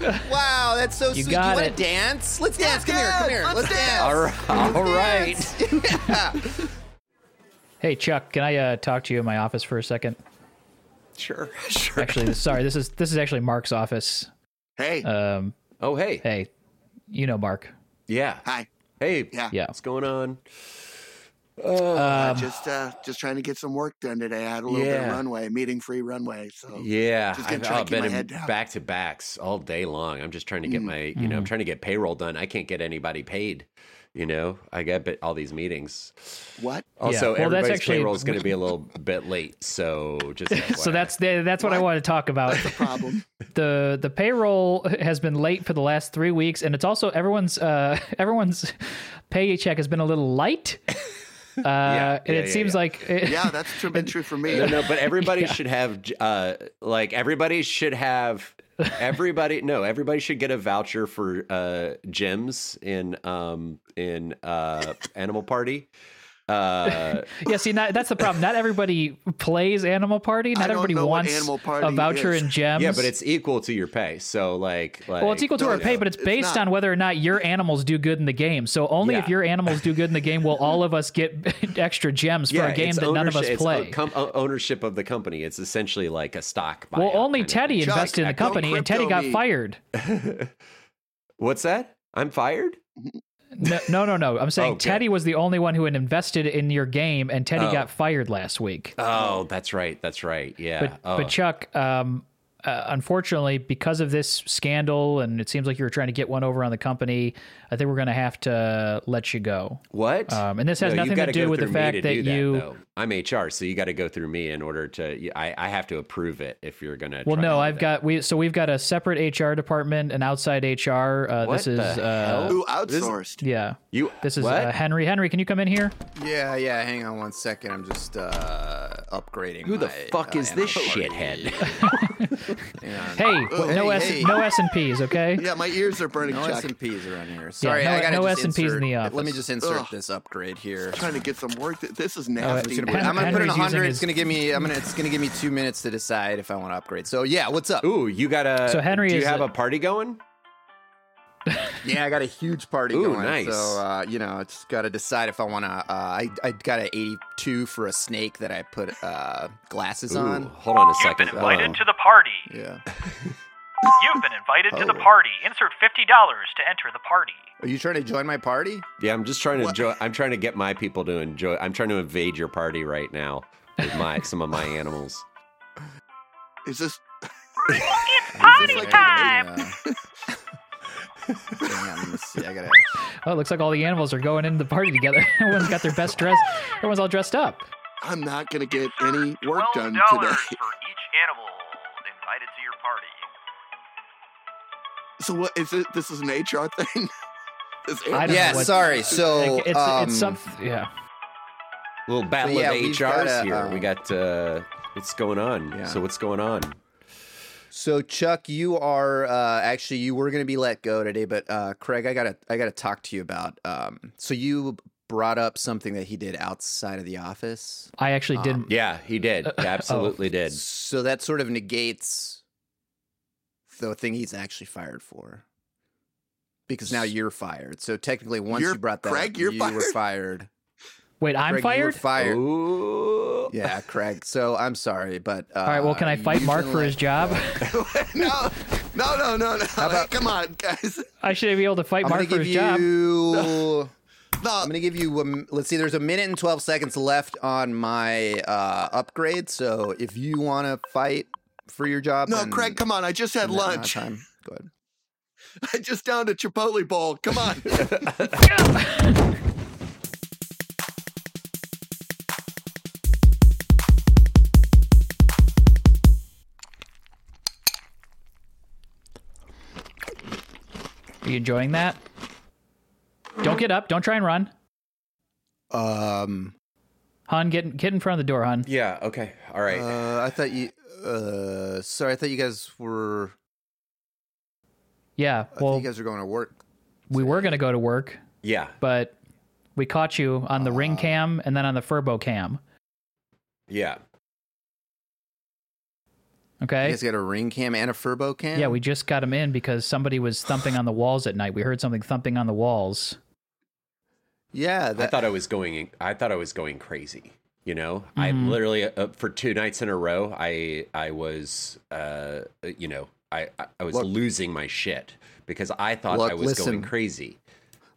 [SPEAKER 6] you. Hey, wow, that's so sweet.
[SPEAKER 2] Oh. got
[SPEAKER 6] you want
[SPEAKER 2] it.
[SPEAKER 6] to dance? Let's dance. Come here. Come here. Let's, dance.
[SPEAKER 5] All right. All right.
[SPEAKER 2] Hey Chuck, can I uh, talk to you in my office for a second?
[SPEAKER 5] Sure. Sure.
[SPEAKER 2] Actually, this- sorry, this is this is actually Mark's office.
[SPEAKER 3] Hey,
[SPEAKER 2] Um,
[SPEAKER 5] Oh, hey.
[SPEAKER 2] hey, you know Mark.
[SPEAKER 5] Yeah.
[SPEAKER 3] hi.
[SPEAKER 5] Hey.
[SPEAKER 3] Yeah.
[SPEAKER 2] Yeah.
[SPEAKER 5] What's going on?
[SPEAKER 6] Um,
[SPEAKER 3] Uh, just uh, just trying to get some work done today. I had a little bit of
[SPEAKER 5] Yeah.
[SPEAKER 3] runway, meeting free runway.
[SPEAKER 5] Oh.
[SPEAKER 3] So
[SPEAKER 5] Yeah,
[SPEAKER 3] Just gonna
[SPEAKER 5] I've,
[SPEAKER 3] try to
[SPEAKER 5] I've
[SPEAKER 3] keep my
[SPEAKER 5] been in
[SPEAKER 3] head down.
[SPEAKER 5] back to backs all day long. I'm just trying to get my, you know,
[SPEAKER 2] Mm.
[SPEAKER 5] I'm trying to get payroll done. I can't get anybody paid. You know, I got bit- all these meetings.
[SPEAKER 3] what?
[SPEAKER 2] Well,
[SPEAKER 5] Also,
[SPEAKER 2] that's
[SPEAKER 5] everybody's
[SPEAKER 2] actually-
[SPEAKER 5] payroll is going to be a little bit late, so just
[SPEAKER 2] So
[SPEAKER 5] FYI.
[SPEAKER 2] that's the, that's what I want to talk about.
[SPEAKER 3] Problem.
[SPEAKER 2] the The payroll has been late for the last three weeks, and it's also everyone's uh, everyone's paycheck has been a little light. Uh,
[SPEAKER 5] Yeah,
[SPEAKER 2] and
[SPEAKER 5] yeah,
[SPEAKER 2] it
[SPEAKER 5] yeah,
[SPEAKER 2] seems
[SPEAKER 5] yeah.
[SPEAKER 2] like
[SPEAKER 3] Yeah, that's true, been true for me.
[SPEAKER 5] No, no, but everybody should have uh like everybody should have everybody no, everybody should get a voucher for uh gems in um in uh Animal Party. Uh
[SPEAKER 2] Yeah, see, not, that's the problem. Not everybody plays Animal Party. Not
[SPEAKER 3] don't
[SPEAKER 2] everybody
[SPEAKER 3] know what
[SPEAKER 2] wants
[SPEAKER 3] Animal
[SPEAKER 2] a
[SPEAKER 3] Party
[SPEAKER 2] voucher
[SPEAKER 3] is.
[SPEAKER 2] and gems.
[SPEAKER 5] yeah, but it's equal to your pay. So like, like
[SPEAKER 2] well, it's equal to
[SPEAKER 3] no,
[SPEAKER 2] our pay,
[SPEAKER 3] no,
[SPEAKER 2] but it's
[SPEAKER 3] it's
[SPEAKER 2] based
[SPEAKER 3] not.
[SPEAKER 2] on whether or not your animals do good in the game. So only if
[SPEAKER 5] Yeah.
[SPEAKER 2] your animals do good in the game will all of us get extra gems for
[SPEAKER 5] yeah,
[SPEAKER 2] a game
[SPEAKER 5] it's
[SPEAKER 2] that none of
[SPEAKER 5] ownership-
[SPEAKER 2] us
[SPEAKER 5] it's
[SPEAKER 2] play.
[SPEAKER 5] o- com- o- ownership of the company. It's essentially like a stock.
[SPEAKER 2] well,
[SPEAKER 5] buyout
[SPEAKER 2] only
[SPEAKER 5] kind of
[SPEAKER 2] Teddy
[SPEAKER 5] thing.
[SPEAKER 3] Chuck,
[SPEAKER 2] invested in the
[SPEAKER 3] Chuck, don't
[SPEAKER 2] company, and Teddy
[SPEAKER 3] crypto
[SPEAKER 2] got
[SPEAKER 3] me.
[SPEAKER 2] fired.
[SPEAKER 5] What's that? I'm fired.
[SPEAKER 2] No, no, no. no. I'm saying
[SPEAKER 5] Okay.
[SPEAKER 2] Teddy was the only one who had invested in your game, and Teddy
[SPEAKER 5] Oh.
[SPEAKER 2] got fired last week.
[SPEAKER 5] Oh, that's right. That's right. Yeah.
[SPEAKER 2] But,
[SPEAKER 5] oh.
[SPEAKER 2] but Chuck, um, uh, unfortunately, because of this scandal, and it seems like you were trying to get one over on the company, I think we're going to have to let you go.
[SPEAKER 5] What?
[SPEAKER 2] Um, and this has
[SPEAKER 5] you
[SPEAKER 2] nothing to
[SPEAKER 5] gotta
[SPEAKER 2] do
[SPEAKER 5] go
[SPEAKER 2] with the
[SPEAKER 5] through me
[SPEAKER 2] fact
[SPEAKER 5] to
[SPEAKER 2] that
[SPEAKER 5] do
[SPEAKER 2] you-
[SPEAKER 5] though. I'm HR, so you got to go through me in order to. I, I have to approve it if you're gonna.
[SPEAKER 2] Well,
[SPEAKER 5] try
[SPEAKER 2] no,
[SPEAKER 5] to do
[SPEAKER 2] I've
[SPEAKER 5] that.
[SPEAKER 2] got we. So we've got a separate HR department, an outside HR. Uh,
[SPEAKER 5] What
[SPEAKER 2] this is
[SPEAKER 5] the
[SPEAKER 2] uh,
[SPEAKER 5] hell?
[SPEAKER 3] Who outsourced?
[SPEAKER 2] yeah.
[SPEAKER 5] you.
[SPEAKER 2] This is
[SPEAKER 5] what?
[SPEAKER 2] uh, Henry. Henry, can you come in here?
[SPEAKER 6] Yeah, yeah. Hang on one second. I'm just uh, upgrading.
[SPEAKER 5] Who the
[SPEAKER 6] my,
[SPEAKER 5] fuck
[SPEAKER 6] uh,
[SPEAKER 5] is this
[SPEAKER 6] Animal Party.
[SPEAKER 5] shithead?
[SPEAKER 2] Hey, no
[SPEAKER 6] hey,
[SPEAKER 2] S,
[SPEAKER 6] hey.
[SPEAKER 2] no S and P's, okay?
[SPEAKER 3] Yeah, my ears are burning.
[SPEAKER 6] No
[SPEAKER 3] Chuck.
[SPEAKER 6] S and P's around here. Sorry,
[SPEAKER 2] no-
[SPEAKER 6] I gotta
[SPEAKER 2] no
[SPEAKER 6] just
[SPEAKER 2] S&Ps in
[SPEAKER 6] insert-
[SPEAKER 2] the
[SPEAKER 6] Let me
[SPEAKER 2] office.
[SPEAKER 6] just insert
[SPEAKER 3] Ugh.
[SPEAKER 6] this upgrade here.
[SPEAKER 3] trying to get some work. th- This is
[SPEAKER 6] Uh,
[SPEAKER 3] nasty.
[SPEAKER 6] it's gonna be-
[SPEAKER 2] Hen-
[SPEAKER 6] I'm gonna put
[SPEAKER 2] Henry's
[SPEAKER 6] in
[SPEAKER 2] using
[SPEAKER 6] 100. It's
[SPEAKER 2] his-
[SPEAKER 6] gonna give me. I'm gonna. It's gonna give me two minutes to decide if I want to upgrade. So yeah, what's up?
[SPEAKER 5] Ooh, you got a.
[SPEAKER 2] So Henry
[SPEAKER 5] do you
[SPEAKER 2] is
[SPEAKER 5] have
[SPEAKER 2] a-
[SPEAKER 5] a party going?
[SPEAKER 6] Yeah, I got a huge party
[SPEAKER 5] Ooh,
[SPEAKER 6] going.
[SPEAKER 5] nice.
[SPEAKER 6] So uh, you know, I just got to decide if I want to. Uh, I I got an 82 for a snake that I put uh, glasses
[SPEAKER 5] Ooh,
[SPEAKER 6] on.
[SPEAKER 5] hold on a
[SPEAKER 7] You've been
[SPEAKER 5] second.
[SPEAKER 7] invited
[SPEAKER 5] Oh.
[SPEAKER 7] to the party.
[SPEAKER 6] Yeah.
[SPEAKER 7] You've been invited to the
[SPEAKER 3] Oh.
[SPEAKER 7] party. Insert $50 to enter the party.
[SPEAKER 6] Are you trying to join my party?
[SPEAKER 5] Yeah, I'm just trying to enjoy. I'm trying to get my people to enjoy. I'm trying to invade your party right now with my some of my animals.
[SPEAKER 3] Is this
[SPEAKER 6] Is this
[SPEAKER 8] Party
[SPEAKER 6] like a-
[SPEAKER 8] time!
[SPEAKER 6] yeah. Hang on, let me see. I gotta.
[SPEAKER 2] Oh, it looks like all the animals are going into the party together. Everyone's got their best dress. Everyone's all dressed up.
[SPEAKER 3] I'm not going to get any work
[SPEAKER 7] $12
[SPEAKER 3] done today.
[SPEAKER 7] for each animal invited to your party.
[SPEAKER 3] So what is it? This is an HR thing. This
[SPEAKER 2] I don't
[SPEAKER 6] Yeah,
[SPEAKER 2] know what-
[SPEAKER 6] sorry. So
[SPEAKER 2] Like, it's,
[SPEAKER 6] um,
[SPEAKER 2] it's something. Yeah.
[SPEAKER 5] little battle
[SPEAKER 6] yeah,
[SPEAKER 5] of
[SPEAKER 6] we've
[SPEAKER 5] HRs
[SPEAKER 6] got a,
[SPEAKER 5] here.
[SPEAKER 6] um,
[SPEAKER 5] we got uh, what's going on.
[SPEAKER 6] Yeah.
[SPEAKER 5] So what's going on?
[SPEAKER 6] So Chuck, you are uh, actually you were going to be let go today, but uh, Craig, I gotta I gotta talk to you about. Um, so you brought up something that he did outside of the office.
[SPEAKER 2] I actually did.
[SPEAKER 6] Um,
[SPEAKER 5] Yeah, he did. He
[SPEAKER 6] oh.
[SPEAKER 5] absolutely did.
[SPEAKER 6] So that sort of negates the thing he's actually fired for, because now you're fired. So technically, once
[SPEAKER 3] You're-
[SPEAKER 6] you brought that,
[SPEAKER 3] Craig,
[SPEAKER 6] up,
[SPEAKER 3] you're
[SPEAKER 6] you were
[SPEAKER 3] fired? Oh.
[SPEAKER 6] fired.
[SPEAKER 2] wait, I'm
[SPEAKER 6] Craig, You were
[SPEAKER 2] fired.
[SPEAKER 6] fired.
[SPEAKER 5] Ooh.
[SPEAKER 6] Yeah, Craig. So I'm sorry, but uh,
[SPEAKER 2] all right. Well, can I fight Mark for his job?
[SPEAKER 3] no, no, no, no, no.
[SPEAKER 6] about-
[SPEAKER 3] Come on, guys.
[SPEAKER 2] I should be able to fight
[SPEAKER 6] I'm
[SPEAKER 2] Mark
[SPEAKER 6] gonna
[SPEAKER 2] for
[SPEAKER 6] give
[SPEAKER 2] his job.
[SPEAKER 6] you.
[SPEAKER 3] No,
[SPEAKER 6] I'm gonna give you. Um, let's see. There's a minute and twelve seconds left on my uh, upgrade. So if you want to fight for your job,
[SPEAKER 3] no,
[SPEAKER 6] then-
[SPEAKER 3] Craig, come on. I just had
[SPEAKER 6] then that amount of
[SPEAKER 3] lunch.
[SPEAKER 6] Time. Go ahead.
[SPEAKER 3] I just downed a Chipotle bowl. Come on.
[SPEAKER 2] Are you enjoying that? Don't get up. Don't try and run.
[SPEAKER 6] Um,
[SPEAKER 2] Hun, get in, get in front of the door, Hun.
[SPEAKER 5] Yeah. Okay. All right.
[SPEAKER 6] uh, I thought you. Uh, sorry, I thought you guys were.
[SPEAKER 2] Yeah.
[SPEAKER 6] I
[SPEAKER 2] Well,
[SPEAKER 6] thought you guys were going to work.
[SPEAKER 2] we were gonna go to work,
[SPEAKER 5] yeah.
[SPEAKER 2] but we caught you on the
[SPEAKER 6] Ah.
[SPEAKER 2] ring cam and then on the Furbo cam.
[SPEAKER 5] Yeah.
[SPEAKER 2] Okay.
[SPEAKER 6] You guys got a ring cam and a furbo cam.
[SPEAKER 2] Yeah, we just got him in because somebody was thumping on the walls at night. We heard something thumping on the walls.
[SPEAKER 6] Yeah,
[SPEAKER 5] I
[SPEAKER 6] that,
[SPEAKER 5] thought I was going. I thought I was going crazy. You know, I
[SPEAKER 6] Mm-hmm.
[SPEAKER 2] Mhm.
[SPEAKER 5] literally uh, for two nights in a row, I I was, uh, you know, I I- I was
[SPEAKER 6] Look.
[SPEAKER 5] losing my shit because I thought
[SPEAKER 6] Look,
[SPEAKER 5] I was
[SPEAKER 6] listen.
[SPEAKER 5] going crazy.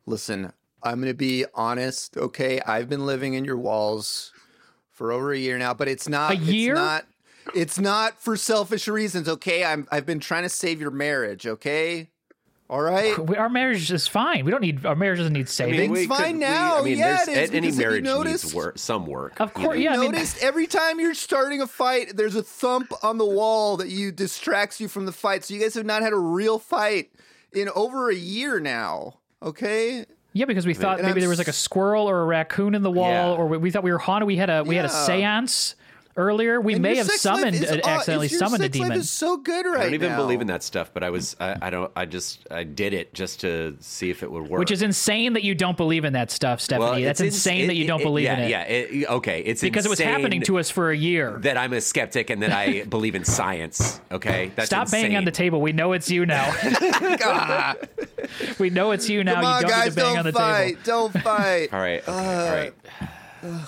[SPEAKER 6] Listen, I'm going to be honest, okay? I've been living in your walls for over a year now, but it's not
[SPEAKER 2] A year?
[SPEAKER 6] it's not it's not for selfish reasons, okay? I'm I've been trying to save your marriage, okay? All right?
[SPEAKER 2] We, our marriage is fine. We don't need our marriage doesn't need saving.
[SPEAKER 6] Everything's
[SPEAKER 5] we
[SPEAKER 6] fine
[SPEAKER 5] we-
[SPEAKER 6] now.
[SPEAKER 5] I mean,
[SPEAKER 6] Yeah,
[SPEAKER 5] there's,
[SPEAKER 6] it is,
[SPEAKER 5] any
[SPEAKER 6] because if you
[SPEAKER 5] marriage
[SPEAKER 6] noticed-
[SPEAKER 5] needs work, some work.
[SPEAKER 2] of
[SPEAKER 5] you
[SPEAKER 2] course,
[SPEAKER 5] know?
[SPEAKER 2] yeah. I mean,
[SPEAKER 6] Noticed every time you're starting a fight, there's a thump on the wall that you distracts you from the fight. So you guys have not had a real fight in over a year now, okay?
[SPEAKER 2] yeah, because we thought
[SPEAKER 6] And
[SPEAKER 2] maybe
[SPEAKER 6] I'm
[SPEAKER 2] there was like a squirrel or a raccoon in the wall,
[SPEAKER 5] Yeah.
[SPEAKER 2] or we, we thought we were haunted. We had a we had a
[SPEAKER 6] Yeah.
[SPEAKER 2] séance earlier. We
[SPEAKER 6] And
[SPEAKER 2] may
[SPEAKER 6] your
[SPEAKER 2] have
[SPEAKER 6] sex life
[SPEAKER 2] summoned
[SPEAKER 6] is
[SPEAKER 2] uh,
[SPEAKER 6] aw-
[SPEAKER 2] accidentally
[SPEAKER 6] is your
[SPEAKER 2] summoned a
[SPEAKER 6] sex
[SPEAKER 2] demon.
[SPEAKER 6] Life is so good right
[SPEAKER 5] I don't even
[SPEAKER 6] now.
[SPEAKER 5] believe in that stuff, but I was. I, I don't. I just. I did it just to see if it would work.
[SPEAKER 2] Which is insane that you don't believe in that stuff, Stephanie. That's
[SPEAKER 5] it's ins-
[SPEAKER 2] insane
[SPEAKER 5] it-
[SPEAKER 2] that you don't
[SPEAKER 5] it-
[SPEAKER 2] believe
[SPEAKER 5] yeah,
[SPEAKER 2] in it.
[SPEAKER 5] Yeah. It, okay. It's
[SPEAKER 2] Because it was happening
[SPEAKER 5] insane.
[SPEAKER 2] to us for a year.
[SPEAKER 5] that I'm a skeptic and that I believe in science. Okay, that's
[SPEAKER 2] Stop banging on the
[SPEAKER 5] insane.
[SPEAKER 2] table. We know it's you now. we know it's you now.
[SPEAKER 6] Come on,
[SPEAKER 2] you don't
[SPEAKER 6] guys,
[SPEAKER 2] need to bang
[SPEAKER 6] don't
[SPEAKER 2] on the
[SPEAKER 6] fight.
[SPEAKER 2] table.
[SPEAKER 6] Don't fight.
[SPEAKER 5] All right, okay, all right.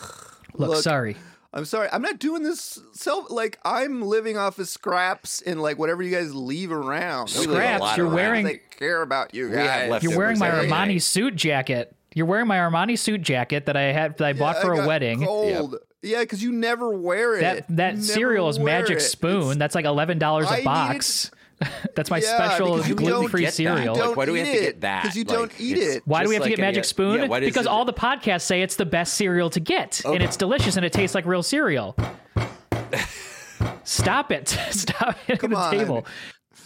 [SPEAKER 2] Look,
[SPEAKER 6] Look.
[SPEAKER 2] sorry.
[SPEAKER 6] I'm sorry. I'm not doing this self. Like I'm living off of scraps and like whatever you guys leave around.
[SPEAKER 5] We leave a
[SPEAKER 2] Scraps,
[SPEAKER 5] lot
[SPEAKER 2] you're
[SPEAKER 5] around.
[SPEAKER 2] wearing-
[SPEAKER 6] They care about you
[SPEAKER 5] We have
[SPEAKER 6] guys.
[SPEAKER 5] left-
[SPEAKER 2] You're wearing my
[SPEAKER 5] Leftovers
[SPEAKER 2] Armani
[SPEAKER 5] every night.
[SPEAKER 2] suit jacket. You're wearing my Armani suit jacket that I had that I bought
[SPEAKER 6] I
[SPEAKER 2] for a
[SPEAKER 6] got
[SPEAKER 2] wedding.
[SPEAKER 6] Cold. Yeah, because you never wear it.
[SPEAKER 2] That that
[SPEAKER 6] You
[SPEAKER 2] cereal
[SPEAKER 6] never
[SPEAKER 2] is
[SPEAKER 6] wear
[SPEAKER 2] Magic
[SPEAKER 6] it.
[SPEAKER 2] Spoon. That's like eleven dollars
[SPEAKER 6] I
[SPEAKER 2] a
[SPEAKER 6] needed-
[SPEAKER 2] box. That's my
[SPEAKER 6] Yeah,
[SPEAKER 2] special
[SPEAKER 6] because you don't
[SPEAKER 2] gluten free
[SPEAKER 5] get that.
[SPEAKER 2] cereal.
[SPEAKER 6] Don't
[SPEAKER 5] Like, why do we
[SPEAKER 6] eat
[SPEAKER 5] have to
[SPEAKER 6] it,
[SPEAKER 5] get that?
[SPEAKER 6] 'cause you don't
[SPEAKER 5] Like,
[SPEAKER 6] eat
[SPEAKER 5] it's
[SPEAKER 6] it.
[SPEAKER 2] Why do
[SPEAKER 5] just
[SPEAKER 2] we have
[SPEAKER 5] like
[SPEAKER 2] to get
[SPEAKER 5] any-
[SPEAKER 2] Magic Spoon?
[SPEAKER 5] Yeah, why does
[SPEAKER 2] because
[SPEAKER 5] it-
[SPEAKER 2] all the podcasts say it's the best cereal to get, and it's delicious and it tastes like real cereal. Stop it! Stop hitting
[SPEAKER 6] Come
[SPEAKER 2] the
[SPEAKER 6] on.
[SPEAKER 2] table.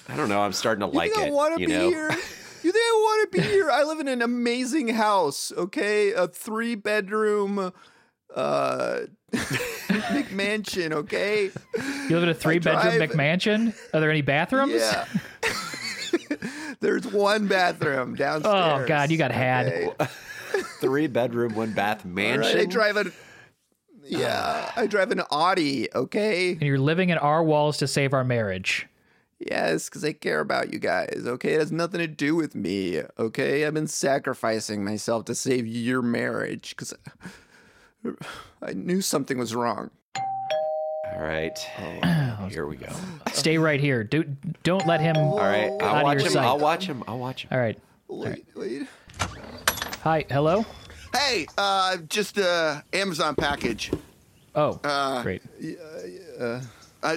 [SPEAKER 5] I don't know. I'm starting to
[SPEAKER 6] You
[SPEAKER 5] like
[SPEAKER 6] think I
[SPEAKER 5] it.
[SPEAKER 6] want to
[SPEAKER 5] you
[SPEAKER 6] be
[SPEAKER 5] know,
[SPEAKER 6] here? You think I want to be here? I live in an amazing house, okay? A three bedroom uh McMansion, okay?
[SPEAKER 2] You live in a three bedroom
[SPEAKER 6] drive-
[SPEAKER 2] McMansion. Are there any bathrooms?
[SPEAKER 6] Yeah. There's one bathroom downstairs.
[SPEAKER 2] Oh God, you got had.
[SPEAKER 5] three bedroom, one bath
[SPEAKER 6] All right, I
[SPEAKER 5] mansion.
[SPEAKER 6] drive a Yeah, I drive an Audi, okay?
[SPEAKER 2] And you're living in our walls to save our marriage.
[SPEAKER 6] Yes, because I care about you guys, okay? It has nothing to do with me, okay? I've been sacrificing myself to save your marriage because I knew something was wrong.
[SPEAKER 5] All right.
[SPEAKER 6] Oh.
[SPEAKER 5] Here we go.
[SPEAKER 2] Stay right here. Do, don't let him.
[SPEAKER 5] All right.
[SPEAKER 6] Oh.
[SPEAKER 2] Out of
[SPEAKER 5] I'll watch
[SPEAKER 2] your
[SPEAKER 5] him.
[SPEAKER 2] sight.
[SPEAKER 5] I'll watch him. I'll watch him.
[SPEAKER 2] All right.
[SPEAKER 6] Wait, wait.
[SPEAKER 2] Hi. Hello.
[SPEAKER 3] Hey, uh, just uh, Amazon package.
[SPEAKER 2] Oh, great.
[SPEAKER 3] Uh,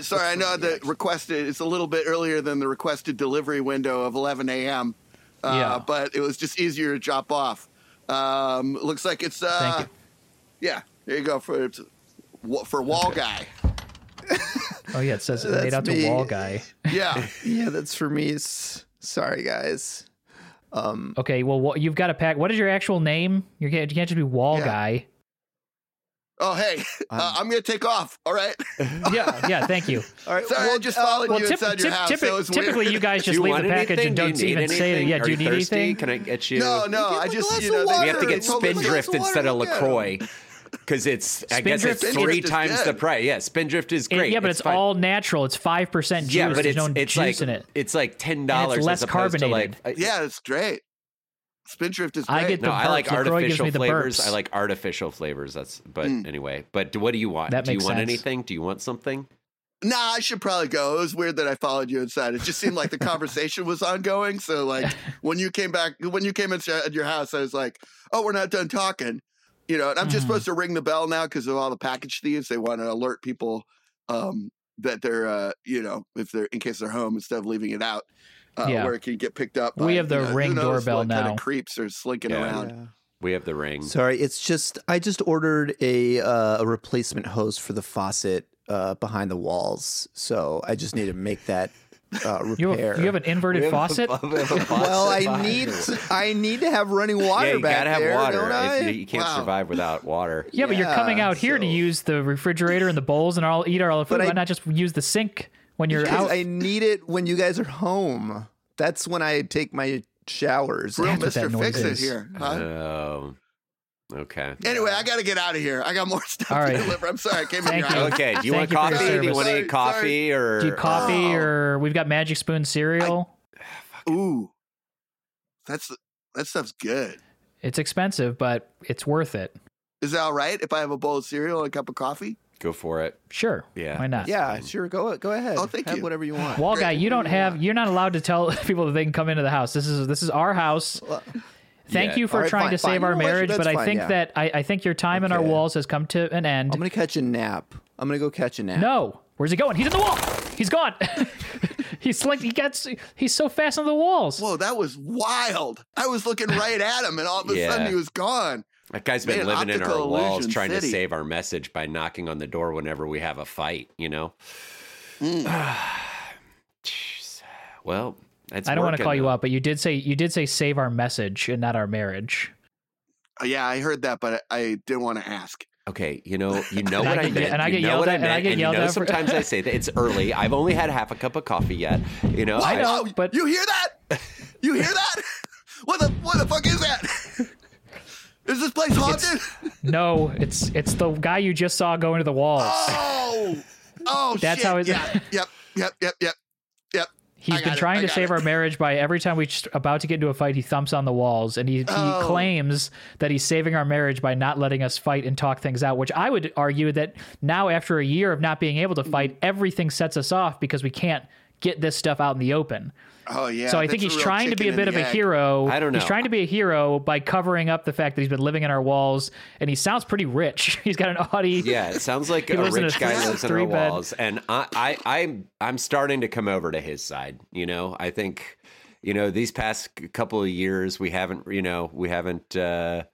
[SPEAKER 3] sorry, I know the requested. It's a little bit earlier than the requested delivery window of 11 a.m. Uh,
[SPEAKER 2] Yeah.
[SPEAKER 3] but it was just easier to drop off. Um, looks like it's uh,
[SPEAKER 2] Thank you.
[SPEAKER 3] yeah. There you go for it's, wa- for wall guy.
[SPEAKER 2] Oh yeah, it says it made
[SPEAKER 6] That's
[SPEAKER 2] out to
[SPEAKER 6] me.
[SPEAKER 2] wall guy.
[SPEAKER 3] Yeah,
[SPEAKER 6] Yeah, that's for me. S- Sorry, guys. Um,
[SPEAKER 2] Okay, well wha- you've got a pack. What is your actual name? You can't, you can't just be wall
[SPEAKER 3] Yeah.
[SPEAKER 2] guy.
[SPEAKER 3] Oh, hey, uh, I'm going to take off. All right.
[SPEAKER 2] Yeah, yeah. Thank you.
[SPEAKER 6] All right.
[SPEAKER 3] Sorry, I just followed
[SPEAKER 2] Well,
[SPEAKER 3] you
[SPEAKER 2] tip,
[SPEAKER 3] inside your
[SPEAKER 2] tip-
[SPEAKER 3] house.
[SPEAKER 2] typi-
[SPEAKER 3] that was weird.
[SPEAKER 2] typically you guys
[SPEAKER 5] Do
[SPEAKER 2] just
[SPEAKER 5] you
[SPEAKER 2] leave
[SPEAKER 5] want
[SPEAKER 2] the package
[SPEAKER 5] anything?
[SPEAKER 2] and
[SPEAKER 5] Do you
[SPEAKER 2] don't
[SPEAKER 5] need
[SPEAKER 2] even say it.
[SPEAKER 5] anything?
[SPEAKER 2] Yeah,
[SPEAKER 5] Are
[SPEAKER 2] do you need
[SPEAKER 5] thirsty?
[SPEAKER 2] anything?
[SPEAKER 5] Can I get you?
[SPEAKER 3] no, no,
[SPEAKER 6] give
[SPEAKER 3] I
[SPEAKER 6] him a
[SPEAKER 3] just
[SPEAKER 6] glass
[SPEAKER 3] you
[SPEAKER 6] of
[SPEAKER 3] know they-
[SPEAKER 6] water.
[SPEAKER 5] We have to
[SPEAKER 3] they
[SPEAKER 5] get
[SPEAKER 3] told me-
[SPEAKER 6] Glass
[SPEAKER 5] Spindrift
[SPEAKER 6] of
[SPEAKER 5] instead of
[SPEAKER 6] water, look at
[SPEAKER 5] Lacroix because it's. I guess
[SPEAKER 2] Spindrift-
[SPEAKER 5] it's three
[SPEAKER 3] Spindrift is
[SPEAKER 5] times the
[SPEAKER 3] good.
[SPEAKER 5] price. Yeah, Spindrift is
[SPEAKER 2] And-
[SPEAKER 5] great.
[SPEAKER 2] yeah, but it's,
[SPEAKER 5] fine.
[SPEAKER 2] all natural. It's five percent juice.
[SPEAKER 5] Yeah, but
[SPEAKER 2] There's
[SPEAKER 5] it's
[SPEAKER 2] no
[SPEAKER 5] it's
[SPEAKER 2] juice
[SPEAKER 5] like
[SPEAKER 2] in it.
[SPEAKER 5] it's like ten dollars
[SPEAKER 2] less
[SPEAKER 5] as opposed to like
[SPEAKER 2] carbonated.
[SPEAKER 3] Yeah, it's great. Spindrift is great.
[SPEAKER 2] I get
[SPEAKER 5] No,
[SPEAKER 2] The
[SPEAKER 5] I like
[SPEAKER 2] burps. LaCroix gives
[SPEAKER 5] artificial
[SPEAKER 2] me the
[SPEAKER 5] flavors.
[SPEAKER 2] burps.
[SPEAKER 5] I like artificial flavors. That's but anyway. But do, what do you want?
[SPEAKER 2] That
[SPEAKER 5] do you
[SPEAKER 2] makes
[SPEAKER 5] want
[SPEAKER 2] sense.
[SPEAKER 5] anything? Do you want something?
[SPEAKER 3] nah, I should probably go. It was weird that I followed you inside. It just seemed like the conversation was ongoing. So like when you came back, when you came inside your house, I was like, oh, we're not done talking. You know, and I'm just
[SPEAKER 2] Mm-hmm.
[SPEAKER 3] supposed to ring the bell now because of all the package thieves. They want to alert people um, that they're, uh, you know, if they're in case they're home instead of leaving it out. Uh,
[SPEAKER 2] Yeah.
[SPEAKER 3] Where it can get picked up.
[SPEAKER 2] We
[SPEAKER 3] by,
[SPEAKER 2] have the
[SPEAKER 3] you know, who
[SPEAKER 2] Ring
[SPEAKER 3] knows
[SPEAKER 2] doorbell
[SPEAKER 3] what Kind
[SPEAKER 2] now.
[SPEAKER 3] of creeps are slinking
[SPEAKER 5] Yeah.
[SPEAKER 3] around.
[SPEAKER 5] We have the ring.
[SPEAKER 6] Sorry, it's just I just ordered a uh, a replacement hose for the faucet uh, behind the walls, so I just need to make that uh,
[SPEAKER 2] You
[SPEAKER 6] repair.
[SPEAKER 2] have, you have an inverted faucet.
[SPEAKER 6] well, I need to, I need to have running water
[SPEAKER 5] yeah, you
[SPEAKER 6] back
[SPEAKER 5] gotta have
[SPEAKER 6] there,
[SPEAKER 5] water.
[SPEAKER 6] don't
[SPEAKER 5] If
[SPEAKER 6] I?
[SPEAKER 5] you, you can't
[SPEAKER 3] Wow.
[SPEAKER 5] survive without water.
[SPEAKER 2] Yeah, but you're coming
[SPEAKER 6] Yeah,
[SPEAKER 2] out here to
[SPEAKER 6] so-
[SPEAKER 2] use the refrigerator and the bowls and all eat our food.
[SPEAKER 6] I-
[SPEAKER 2] Why not just use the sink when you're
[SPEAKER 6] Because
[SPEAKER 2] out?
[SPEAKER 6] I need it when you guys are home. That's when I take my showers.
[SPEAKER 3] Real
[SPEAKER 2] That's what that
[SPEAKER 3] Mr.
[SPEAKER 2] noise
[SPEAKER 3] Fix It
[SPEAKER 2] is.
[SPEAKER 3] here. Huh?
[SPEAKER 5] Oh, okay.
[SPEAKER 3] Anyway, I got to get out of here. I got more stuff
[SPEAKER 2] All right.
[SPEAKER 3] to deliver. I'm sorry, I came in
[SPEAKER 2] Thank
[SPEAKER 3] your
[SPEAKER 2] you.
[SPEAKER 3] house.
[SPEAKER 5] Okay. Do you
[SPEAKER 2] Thank
[SPEAKER 5] want
[SPEAKER 2] you for your
[SPEAKER 5] coffee? Do you
[SPEAKER 2] service.
[SPEAKER 5] want to eat
[SPEAKER 3] Sorry,
[SPEAKER 5] coffee or
[SPEAKER 2] Do you coffee
[SPEAKER 3] Oh.
[SPEAKER 2] or we've got Magic Spoon cereal?
[SPEAKER 3] Ooh, that's that stuff's good.
[SPEAKER 2] It's expensive, but it's worth it.
[SPEAKER 3] Is that all right if I have a bowl of cereal and a cup of coffee?
[SPEAKER 5] go for it?
[SPEAKER 2] Sure.
[SPEAKER 5] Yeah.
[SPEAKER 2] Why not?
[SPEAKER 6] Yeah, sure. Go go ahead.
[SPEAKER 3] Oh, thank
[SPEAKER 6] have
[SPEAKER 3] you.
[SPEAKER 6] Whatever you want.
[SPEAKER 2] Wall guy, you don't have. You're not allowed to tell people that they can come into the house. This is this is our house. Thank
[SPEAKER 5] Yeah.
[SPEAKER 2] you for
[SPEAKER 6] All right,
[SPEAKER 2] trying
[SPEAKER 6] fine,
[SPEAKER 2] to save
[SPEAKER 6] fine.
[SPEAKER 2] our
[SPEAKER 6] You know what?
[SPEAKER 2] marriage,
[SPEAKER 6] That's
[SPEAKER 2] but I
[SPEAKER 6] fine,
[SPEAKER 2] think
[SPEAKER 6] yeah.
[SPEAKER 2] that I, I think your time in our
[SPEAKER 6] Okay.
[SPEAKER 2] walls has come to an end.
[SPEAKER 6] I'm gonna catch a nap. I'm gonna go catch a nap.
[SPEAKER 2] No, where's he going? He's in the wall. He's gone. he's like he gets. He's so fast on the walls.
[SPEAKER 3] Whoa, that was wild. I was looking right at him, and all of a
[SPEAKER 5] Yeah.
[SPEAKER 3] sudden he was gone.
[SPEAKER 5] That guy's been
[SPEAKER 3] Man,
[SPEAKER 5] living in our
[SPEAKER 3] optical
[SPEAKER 5] walls
[SPEAKER 3] illusion
[SPEAKER 5] trying to
[SPEAKER 3] city.
[SPEAKER 5] save our message by knocking on the door whenever we have a fight, you know?
[SPEAKER 3] Mm.
[SPEAKER 5] Jeez. well, it's
[SPEAKER 2] I don't want to
[SPEAKER 5] working,
[SPEAKER 2] call you
[SPEAKER 5] though.
[SPEAKER 2] up, but you did say you did say save our message and not our marriage.
[SPEAKER 3] Oh, yeah, I heard that, but I, I didn't want to ask.
[SPEAKER 5] Okay, you know, you know
[SPEAKER 2] And I
[SPEAKER 5] what I,
[SPEAKER 2] get-
[SPEAKER 5] meant.
[SPEAKER 2] and I
[SPEAKER 5] you
[SPEAKER 2] get
[SPEAKER 5] know
[SPEAKER 2] yelled
[SPEAKER 5] what
[SPEAKER 2] at- and I
[SPEAKER 5] meant,
[SPEAKER 2] get yelled
[SPEAKER 5] you know,
[SPEAKER 2] at for-
[SPEAKER 5] sometimes I say that it's early. I've only had half a cup of coffee yet. You know,
[SPEAKER 2] Uh, I know.
[SPEAKER 3] Oh,
[SPEAKER 2] but-
[SPEAKER 3] you hear that? You hear that? what the what the fuck is that? Is this place haunted?
[SPEAKER 2] No, it's it's the guy you just saw go into the walls.
[SPEAKER 3] Oh, oh,
[SPEAKER 2] That's
[SPEAKER 3] shit.
[SPEAKER 2] how it-
[SPEAKER 3] yeah. Yep, yep, yep, yep, yep.
[SPEAKER 2] He's
[SPEAKER 3] I
[SPEAKER 2] been
[SPEAKER 3] got it,
[SPEAKER 2] trying
[SPEAKER 3] I
[SPEAKER 2] to
[SPEAKER 3] got
[SPEAKER 2] save
[SPEAKER 3] it.
[SPEAKER 2] our marriage by every time we just about to get into a fight, he thumps on the walls and he, he
[SPEAKER 3] Oh.
[SPEAKER 2] claims that he's saving our marriage by not letting us fight and talk things out. Which I would argue that now, after a year of not being able to
[SPEAKER 3] Mm-hmm.
[SPEAKER 2] fight, everything sets us off because we can't get this stuff out in the open.
[SPEAKER 3] Oh yeah.
[SPEAKER 2] so I
[SPEAKER 3] that's
[SPEAKER 2] think
[SPEAKER 3] a
[SPEAKER 2] he's
[SPEAKER 3] real
[SPEAKER 2] trying to be
[SPEAKER 3] chicken
[SPEAKER 2] a
[SPEAKER 3] and
[SPEAKER 2] bit of
[SPEAKER 3] the
[SPEAKER 2] a
[SPEAKER 3] egg.
[SPEAKER 2] hero.
[SPEAKER 5] I don't
[SPEAKER 2] He's
[SPEAKER 5] know.
[SPEAKER 2] trying to be a hero by covering up the fact that he's been living in our walls, and he sounds pretty rich. He's got an Audi.
[SPEAKER 5] Yeah, it sounds like a
[SPEAKER 2] lives in a
[SPEAKER 5] rich guy
[SPEAKER 2] three-
[SPEAKER 5] lives in our
[SPEAKER 2] three-bed.
[SPEAKER 5] walls, and I, I, I'm, I'm starting to come over to his side. You know, I think, you know, these past c- couple of years, we haven't, you know, we haven't, uh,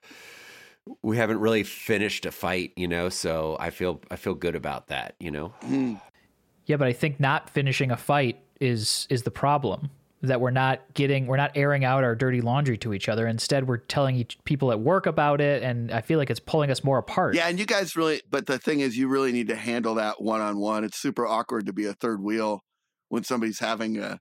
[SPEAKER 5] we haven't really finished a fight. You know, so I feel, I feel good about that. You know,
[SPEAKER 2] Yeah, but I think not finishing a fight is is the problem. That we're not getting, we're not airing out our dirty laundry to each other. Instead, we're telling each people at work about it, and I feel like it's pulling us more apart.
[SPEAKER 3] Yeah, and you guys really, but the thing is, you really need to handle that one on one. It's super awkward to be a third wheel when somebody's having a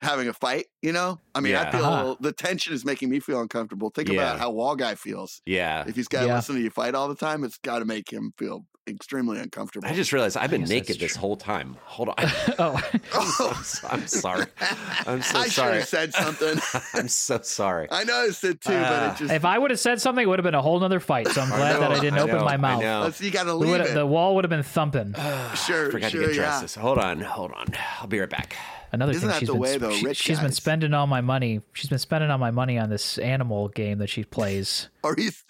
[SPEAKER 3] having a fight. You know, I mean,
[SPEAKER 5] Yeah.
[SPEAKER 3] I feel
[SPEAKER 2] Uh-huh.
[SPEAKER 3] the tension is making me feel uncomfortable. Think
[SPEAKER 5] Yeah.
[SPEAKER 3] about how Wall Guy feels
[SPEAKER 5] yeah,
[SPEAKER 3] if he's got to
[SPEAKER 2] Uh, Yeah.
[SPEAKER 3] listen to you fight all the time. It's got to make him feel extremely uncomfortable.
[SPEAKER 5] I just realized I've been
[SPEAKER 2] guess that's
[SPEAKER 5] naked this
[SPEAKER 2] true.
[SPEAKER 5] whole time. Hold on.
[SPEAKER 2] Oh,
[SPEAKER 5] I'm sorry. I'm so
[SPEAKER 3] I should
[SPEAKER 5] sorry.
[SPEAKER 3] have said something.
[SPEAKER 5] I'm so sorry.
[SPEAKER 3] I noticed it too, but it just
[SPEAKER 2] Uh, if I would have said something, it would have been a whole nother fight. So I'm glad that I didn't open
[SPEAKER 5] know,
[SPEAKER 2] my
[SPEAKER 5] I
[SPEAKER 2] mouth.
[SPEAKER 5] know.
[SPEAKER 3] let's- uh, you got to
[SPEAKER 2] We
[SPEAKER 3] leave
[SPEAKER 2] would've-
[SPEAKER 3] it.
[SPEAKER 2] the wall would have been thumping.
[SPEAKER 3] sure,
[SPEAKER 5] Ah, Forgot
[SPEAKER 3] sure,
[SPEAKER 5] to get
[SPEAKER 3] yeah.
[SPEAKER 5] dresses. Hold on, hold on. I'll be right back.
[SPEAKER 2] Another
[SPEAKER 3] Isn't
[SPEAKER 2] thing
[SPEAKER 3] that
[SPEAKER 2] she's
[SPEAKER 3] the
[SPEAKER 2] been
[SPEAKER 3] way, though, rich
[SPEAKER 2] she, has been
[SPEAKER 3] guys-
[SPEAKER 2] spending all my money. She's been spending all my money on this animal game that she plays.
[SPEAKER 3] Or he's,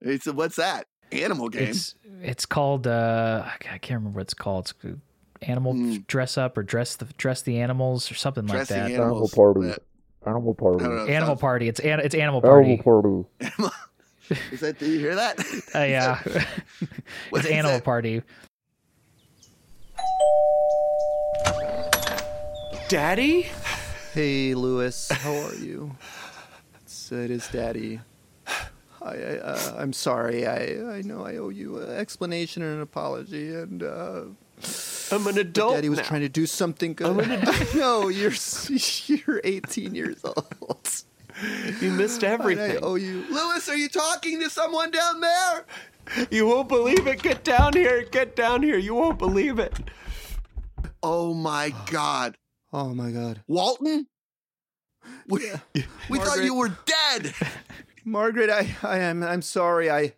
[SPEAKER 3] it's what's that animal game?
[SPEAKER 2] It's it's called uh I ca- I can't remember what it's called. It's animal
[SPEAKER 3] Hmm.
[SPEAKER 2] dress up or dress the dress the animals or something like
[SPEAKER 3] Dressing
[SPEAKER 2] that.
[SPEAKER 8] Animal
[SPEAKER 3] animals.
[SPEAKER 8] party.
[SPEAKER 3] that-
[SPEAKER 8] Animal
[SPEAKER 3] I
[SPEAKER 8] party.
[SPEAKER 3] don't know, it
[SPEAKER 2] Animal
[SPEAKER 3] sounds-
[SPEAKER 2] party. It's an, it's animal
[SPEAKER 8] Animal
[SPEAKER 2] party.
[SPEAKER 8] party.
[SPEAKER 3] Is that? Do you hear that?
[SPEAKER 2] Uh, yeah,
[SPEAKER 3] What
[SPEAKER 2] it's
[SPEAKER 3] is
[SPEAKER 2] animal
[SPEAKER 3] that?
[SPEAKER 2] party.
[SPEAKER 5] Daddy?
[SPEAKER 6] Hey, Lewis, how are you? It's, it is Daddy. I, I uh, I'm sorry. I I know I owe you an explanation and an apology, and uh,
[SPEAKER 5] I'm an adult.
[SPEAKER 6] Daddy was
[SPEAKER 5] now.
[SPEAKER 6] trying to do something good. no, you're s- you're 18 years old.
[SPEAKER 5] You missed
[SPEAKER 6] And I oh.
[SPEAKER 5] everything.
[SPEAKER 6] owe you.
[SPEAKER 3] Lewis, are you talking to someone down there?
[SPEAKER 5] You won't believe it. Get down here. Get down here. You won't believe it.
[SPEAKER 3] Oh my God,
[SPEAKER 6] Oh my God,
[SPEAKER 3] Walton! We, we thought
[SPEAKER 6] Margaret.
[SPEAKER 3] you were dead.
[SPEAKER 6] Margaret, I I am I'm sorry. I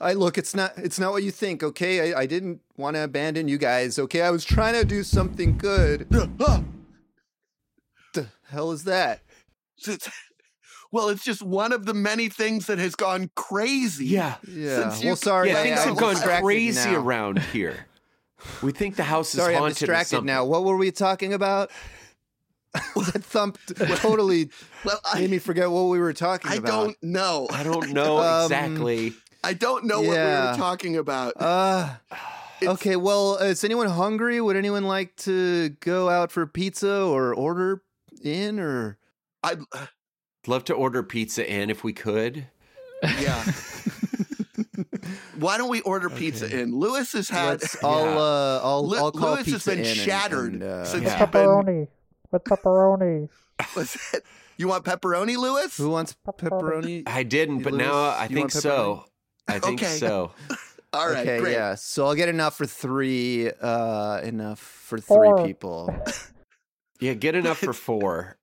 [SPEAKER 6] I look. It's not it's not what you think. Okay, I, I didn't want to abandon you guys. Okay, I was trying to do something good.
[SPEAKER 3] Ah,
[SPEAKER 6] The hell is that?
[SPEAKER 3] it's- well, it's just one of the many things that has gone crazy.
[SPEAKER 5] Yeah.
[SPEAKER 6] Yeah.
[SPEAKER 3] Since you-
[SPEAKER 6] well, sorry.
[SPEAKER 5] Yeah,
[SPEAKER 6] I,
[SPEAKER 5] things
[SPEAKER 6] I'm
[SPEAKER 5] have gone
[SPEAKER 6] distracted
[SPEAKER 5] crazy
[SPEAKER 6] now.
[SPEAKER 5] around here. We think the house is
[SPEAKER 6] Sorry, I'm
[SPEAKER 5] haunted. or
[SPEAKER 6] distracted
[SPEAKER 5] something.
[SPEAKER 6] now. What were we talking about? that thump totally
[SPEAKER 3] Well,
[SPEAKER 6] made
[SPEAKER 3] I,
[SPEAKER 6] me forget what we were talking
[SPEAKER 3] I
[SPEAKER 6] about.
[SPEAKER 3] don't know.
[SPEAKER 5] I don't know
[SPEAKER 6] Um,
[SPEAKER 5] exactly.
[SPEAKER 3] I don't know what we
[SPEAKER 6] Yeah.
[SPEAKER 3] were talking about.
[SPEAKER 6] Uh, okay, well, is anyone hungry? Would anyone like to go out for pizza or order in or?
[SPEAKER 3] I,
[SPEAKER 5] Love to order pizza in if we could.
[SPEAKER 3] yeah. Why don't we order pizza in? Lewis has had.
[SPEAKER 6] Let's, I'll,
[SPEAKER 5] Yeah.
[SPEAKER 6] uh, I'll,
[SPEAKER 3] Lu-
[SPEAKER 6] I'll call
[SPEAKER 3] Lewis has
[SPEAKER 6] pizza
[SPEAKER 3] been
[SPEAKER 6] Inn and-
[SPEAKER 3] shattered
[SPEAKER 6] and, uh,
[SPEAKER 3] since he's
[SPEAKER 5] Yeah.
[SPEAKER 3] been.
[SPEAKER 8] Pepperoni. With pepperoni.
[SPEAKER 3] what's that? You want pepperoni, Lewis?
[SPEAKER 6] who wants pepperoni?
[SPEAKER 5] I didn't,
[SPEAKER 6] You
[SPEAKER 5] but
[SPEAKER 6] lose-
[SPEAKER 5] now I
[SPEAKER 6] you
[SPEAKER 5] think
[SPEAKER 6] want
[SPEAKER 5] so. I think
[SPEAKER 3] Okay.
[SPEAKER 5] so.
[SPEAKER 3] All right,
[SPEAKER 6] okay,
[SPEAKER 3] great.
[SPEAKER 6] yeah. So I'll get enough for three. Uh, enough for three
[SPEAKER 8] Four.
[SPEAKER 6] people.
[SPEAKER 5] Yeah, get enough for four.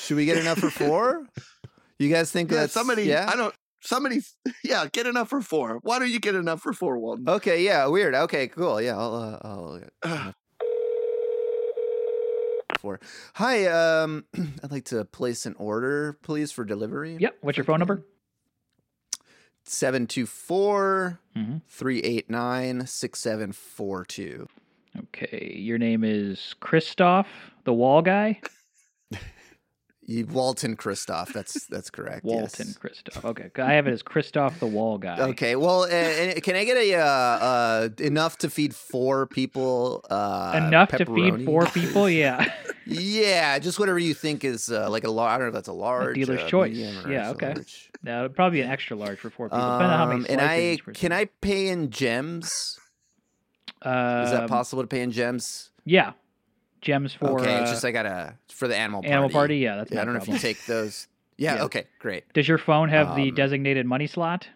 [SPEAKER 6] Should we get enough for four? You guys think
[SPEAKER 3] Yeah,
[SPEAKER 6] that's
[SPEAKER 3] somebody.
[SPEAKER 6] Yeah.
[SPEAKER 3] I don't. Somebody. Yeah, get enough for four. Why don't you get enough for four, Walton?
[SPEAKER 6] Okay. Yeah. Weird. Okay. Cool. Yeah. I'll. Uh, I'll get enough for. Hi. Um. I'd like to place an order, please, for delivery.
[SPEAKER 2] Yep. What's your phone number?
[SPEAKER 6] Seven two four
[SPEAKER 2] Mhm.
[SPEAKER 6] three eight nine six seven four two.
[SPEAKER 2] Okay, your name is Christoph, the wall guy.
[SPEAKER 6] You, Walton Christoph. That's that's correct.
[SPEAKER 2] Walton
[SPEAKER 6] yes.
[SPEAKER 2] Christoph. Okay, I have it as Christoph the wall guy.
[SPEAKER 6] Okay. Well, uh, and can I get a uh, uh, enough to feed four people? Uh,
[SPEAKER 2] Enough to
[SPEAKER 6] pepperoni?
[SPEAKER 2] feed four people. Yeah.
[SPEAKER 6] Yeah, just whatever you think is uh, like a large. I don't know if that's a large
[SPEAKER 2] dealer's
[SPEAKER 6] uh,
[SPEAKER 2] choice.
[SPEAKER 6] medium, or
[SPEAKER 2] Yeah,
[SPEAKER 6] a
[SPEAKER 2] okay.
[SPEAKER 6] large.
[SPEAKER 2] No, it'd probably be an extra large for four people. Depending on how many
[SPEAKER 6] Um, and
[SPEAKER 2] slices
[SPEAKER 6] I
[SPEAKER 2] each person
[SPEAKER 6] can I
[SPEAKER 2] eats.
[SPEAKER 6] pay in gems?
[SPEAKER 2] Uh,
[SPEAKER 6] Is that possible to pay in gems?
[SPEAKER 2] Yeah, gems for
[SPEAKER 6] okay,
[SPEAKER 2] uh,
[SPEAKER 6] it's just I gotta for the animal party.
[SPEAKER 2] animal party. Yeah, that's
[SPEAKER 6] Yeah,
[SPEAKER 2] not
[SPEAKER 6] I
[SPEAKER 2] a
[SPEAKER 6] don't know if you
[SPEAKER 2] problem.
[SPEAKER 6] take those. Yeah,
[SPEAKER 2] Yeah.
[SPEAKER 6] okay, great.
[SPEAKER 2] Does your phone have the
[SPEAKER 6] Um,
[SPEAKER 2] designated money slot?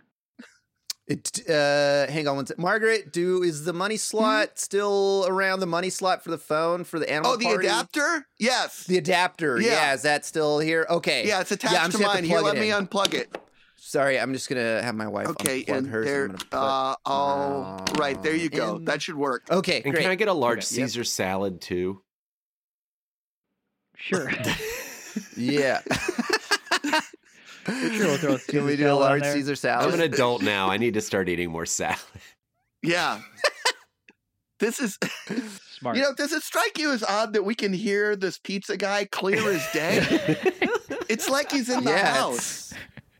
[SPEAKER 6] It, uh, hang on one sec. Margaret, do is the money slot still around? The money slot for the phone for the animal
[SPEAKER 3] Oh, the
[SPEAKER 6] party?
[SPEAKER 3] adapter? Yes.
[SPEAKER 6] The adapter.
[SPEAKER 3] Yeah.
[SPEAKER 6] Yeah. is that still here? Okay.
[SPEAKER 3] yeah, it's attached
[SPEAKER 6] yeah, I'm
[SPEAKER 3] to
[SPEAKER 6] just gonna have
[SPEAKER 3] mine.
[SPEAKER 6] to
[SPEAKER 3] Here,
[SPEAKER 6] plug
[SPEAKER 3] let
[SPEAKER 6] it
[SPEAKER 3] me
[SPEAKER 6] in.
[SPEAKER 3] unplug it.
[SPEAKER 6] Sorry, I'm just gonna have my wife
[SPEAKER 3] Okay,
[SPEAKER 6] unplug
[SPEAKER 3] and
[SPEAKER 6] hers. I'm
[SPEAKER 3] there.
[SPEAKER 6] gonna put-
[SPEAKER 3] Uh, oh, right there you go.
[SPEAKER 6] in-
[SPEAKER 3] That should work.
[SPEAKER 6] Okay,
[SPEAKER 5] And
[SPEAKER 6] great.
[SPEAKER 5] can I get a large
[SPEAKER 6] Okay. Yep.
[SPEAKER 5] Caesar salad too?
[SPEAKER 2] Sure.
[SPEAKER 6] Yeah.
[SPEAKER 2] Sure, we'll throw a
[SPEAKER 6] Can we
[SPEAKER 2] Caesar
[SPEAKER 6] do a
[SPEAKER 2] salad on
[SPEAKER 6] large
[SPEAKER 2] there.
[SPEAKER 6] Caesar
[SPEAKER 5] I'm
[SPEAKER 6] salad?
[SPEAKER 5] an adult now. I need to start eating more salad.
[SPEAKER 3] Yeah. This is,
[SPEAKER 2] Smart.
[SPEAKER 3] you know, does it strike you as odd that we can hear this pizza guy clear as day? it's like he's in the
[SPEAKER 6] yeah,
[SPEAKER 3] house.
[SPEAKER 6] it's-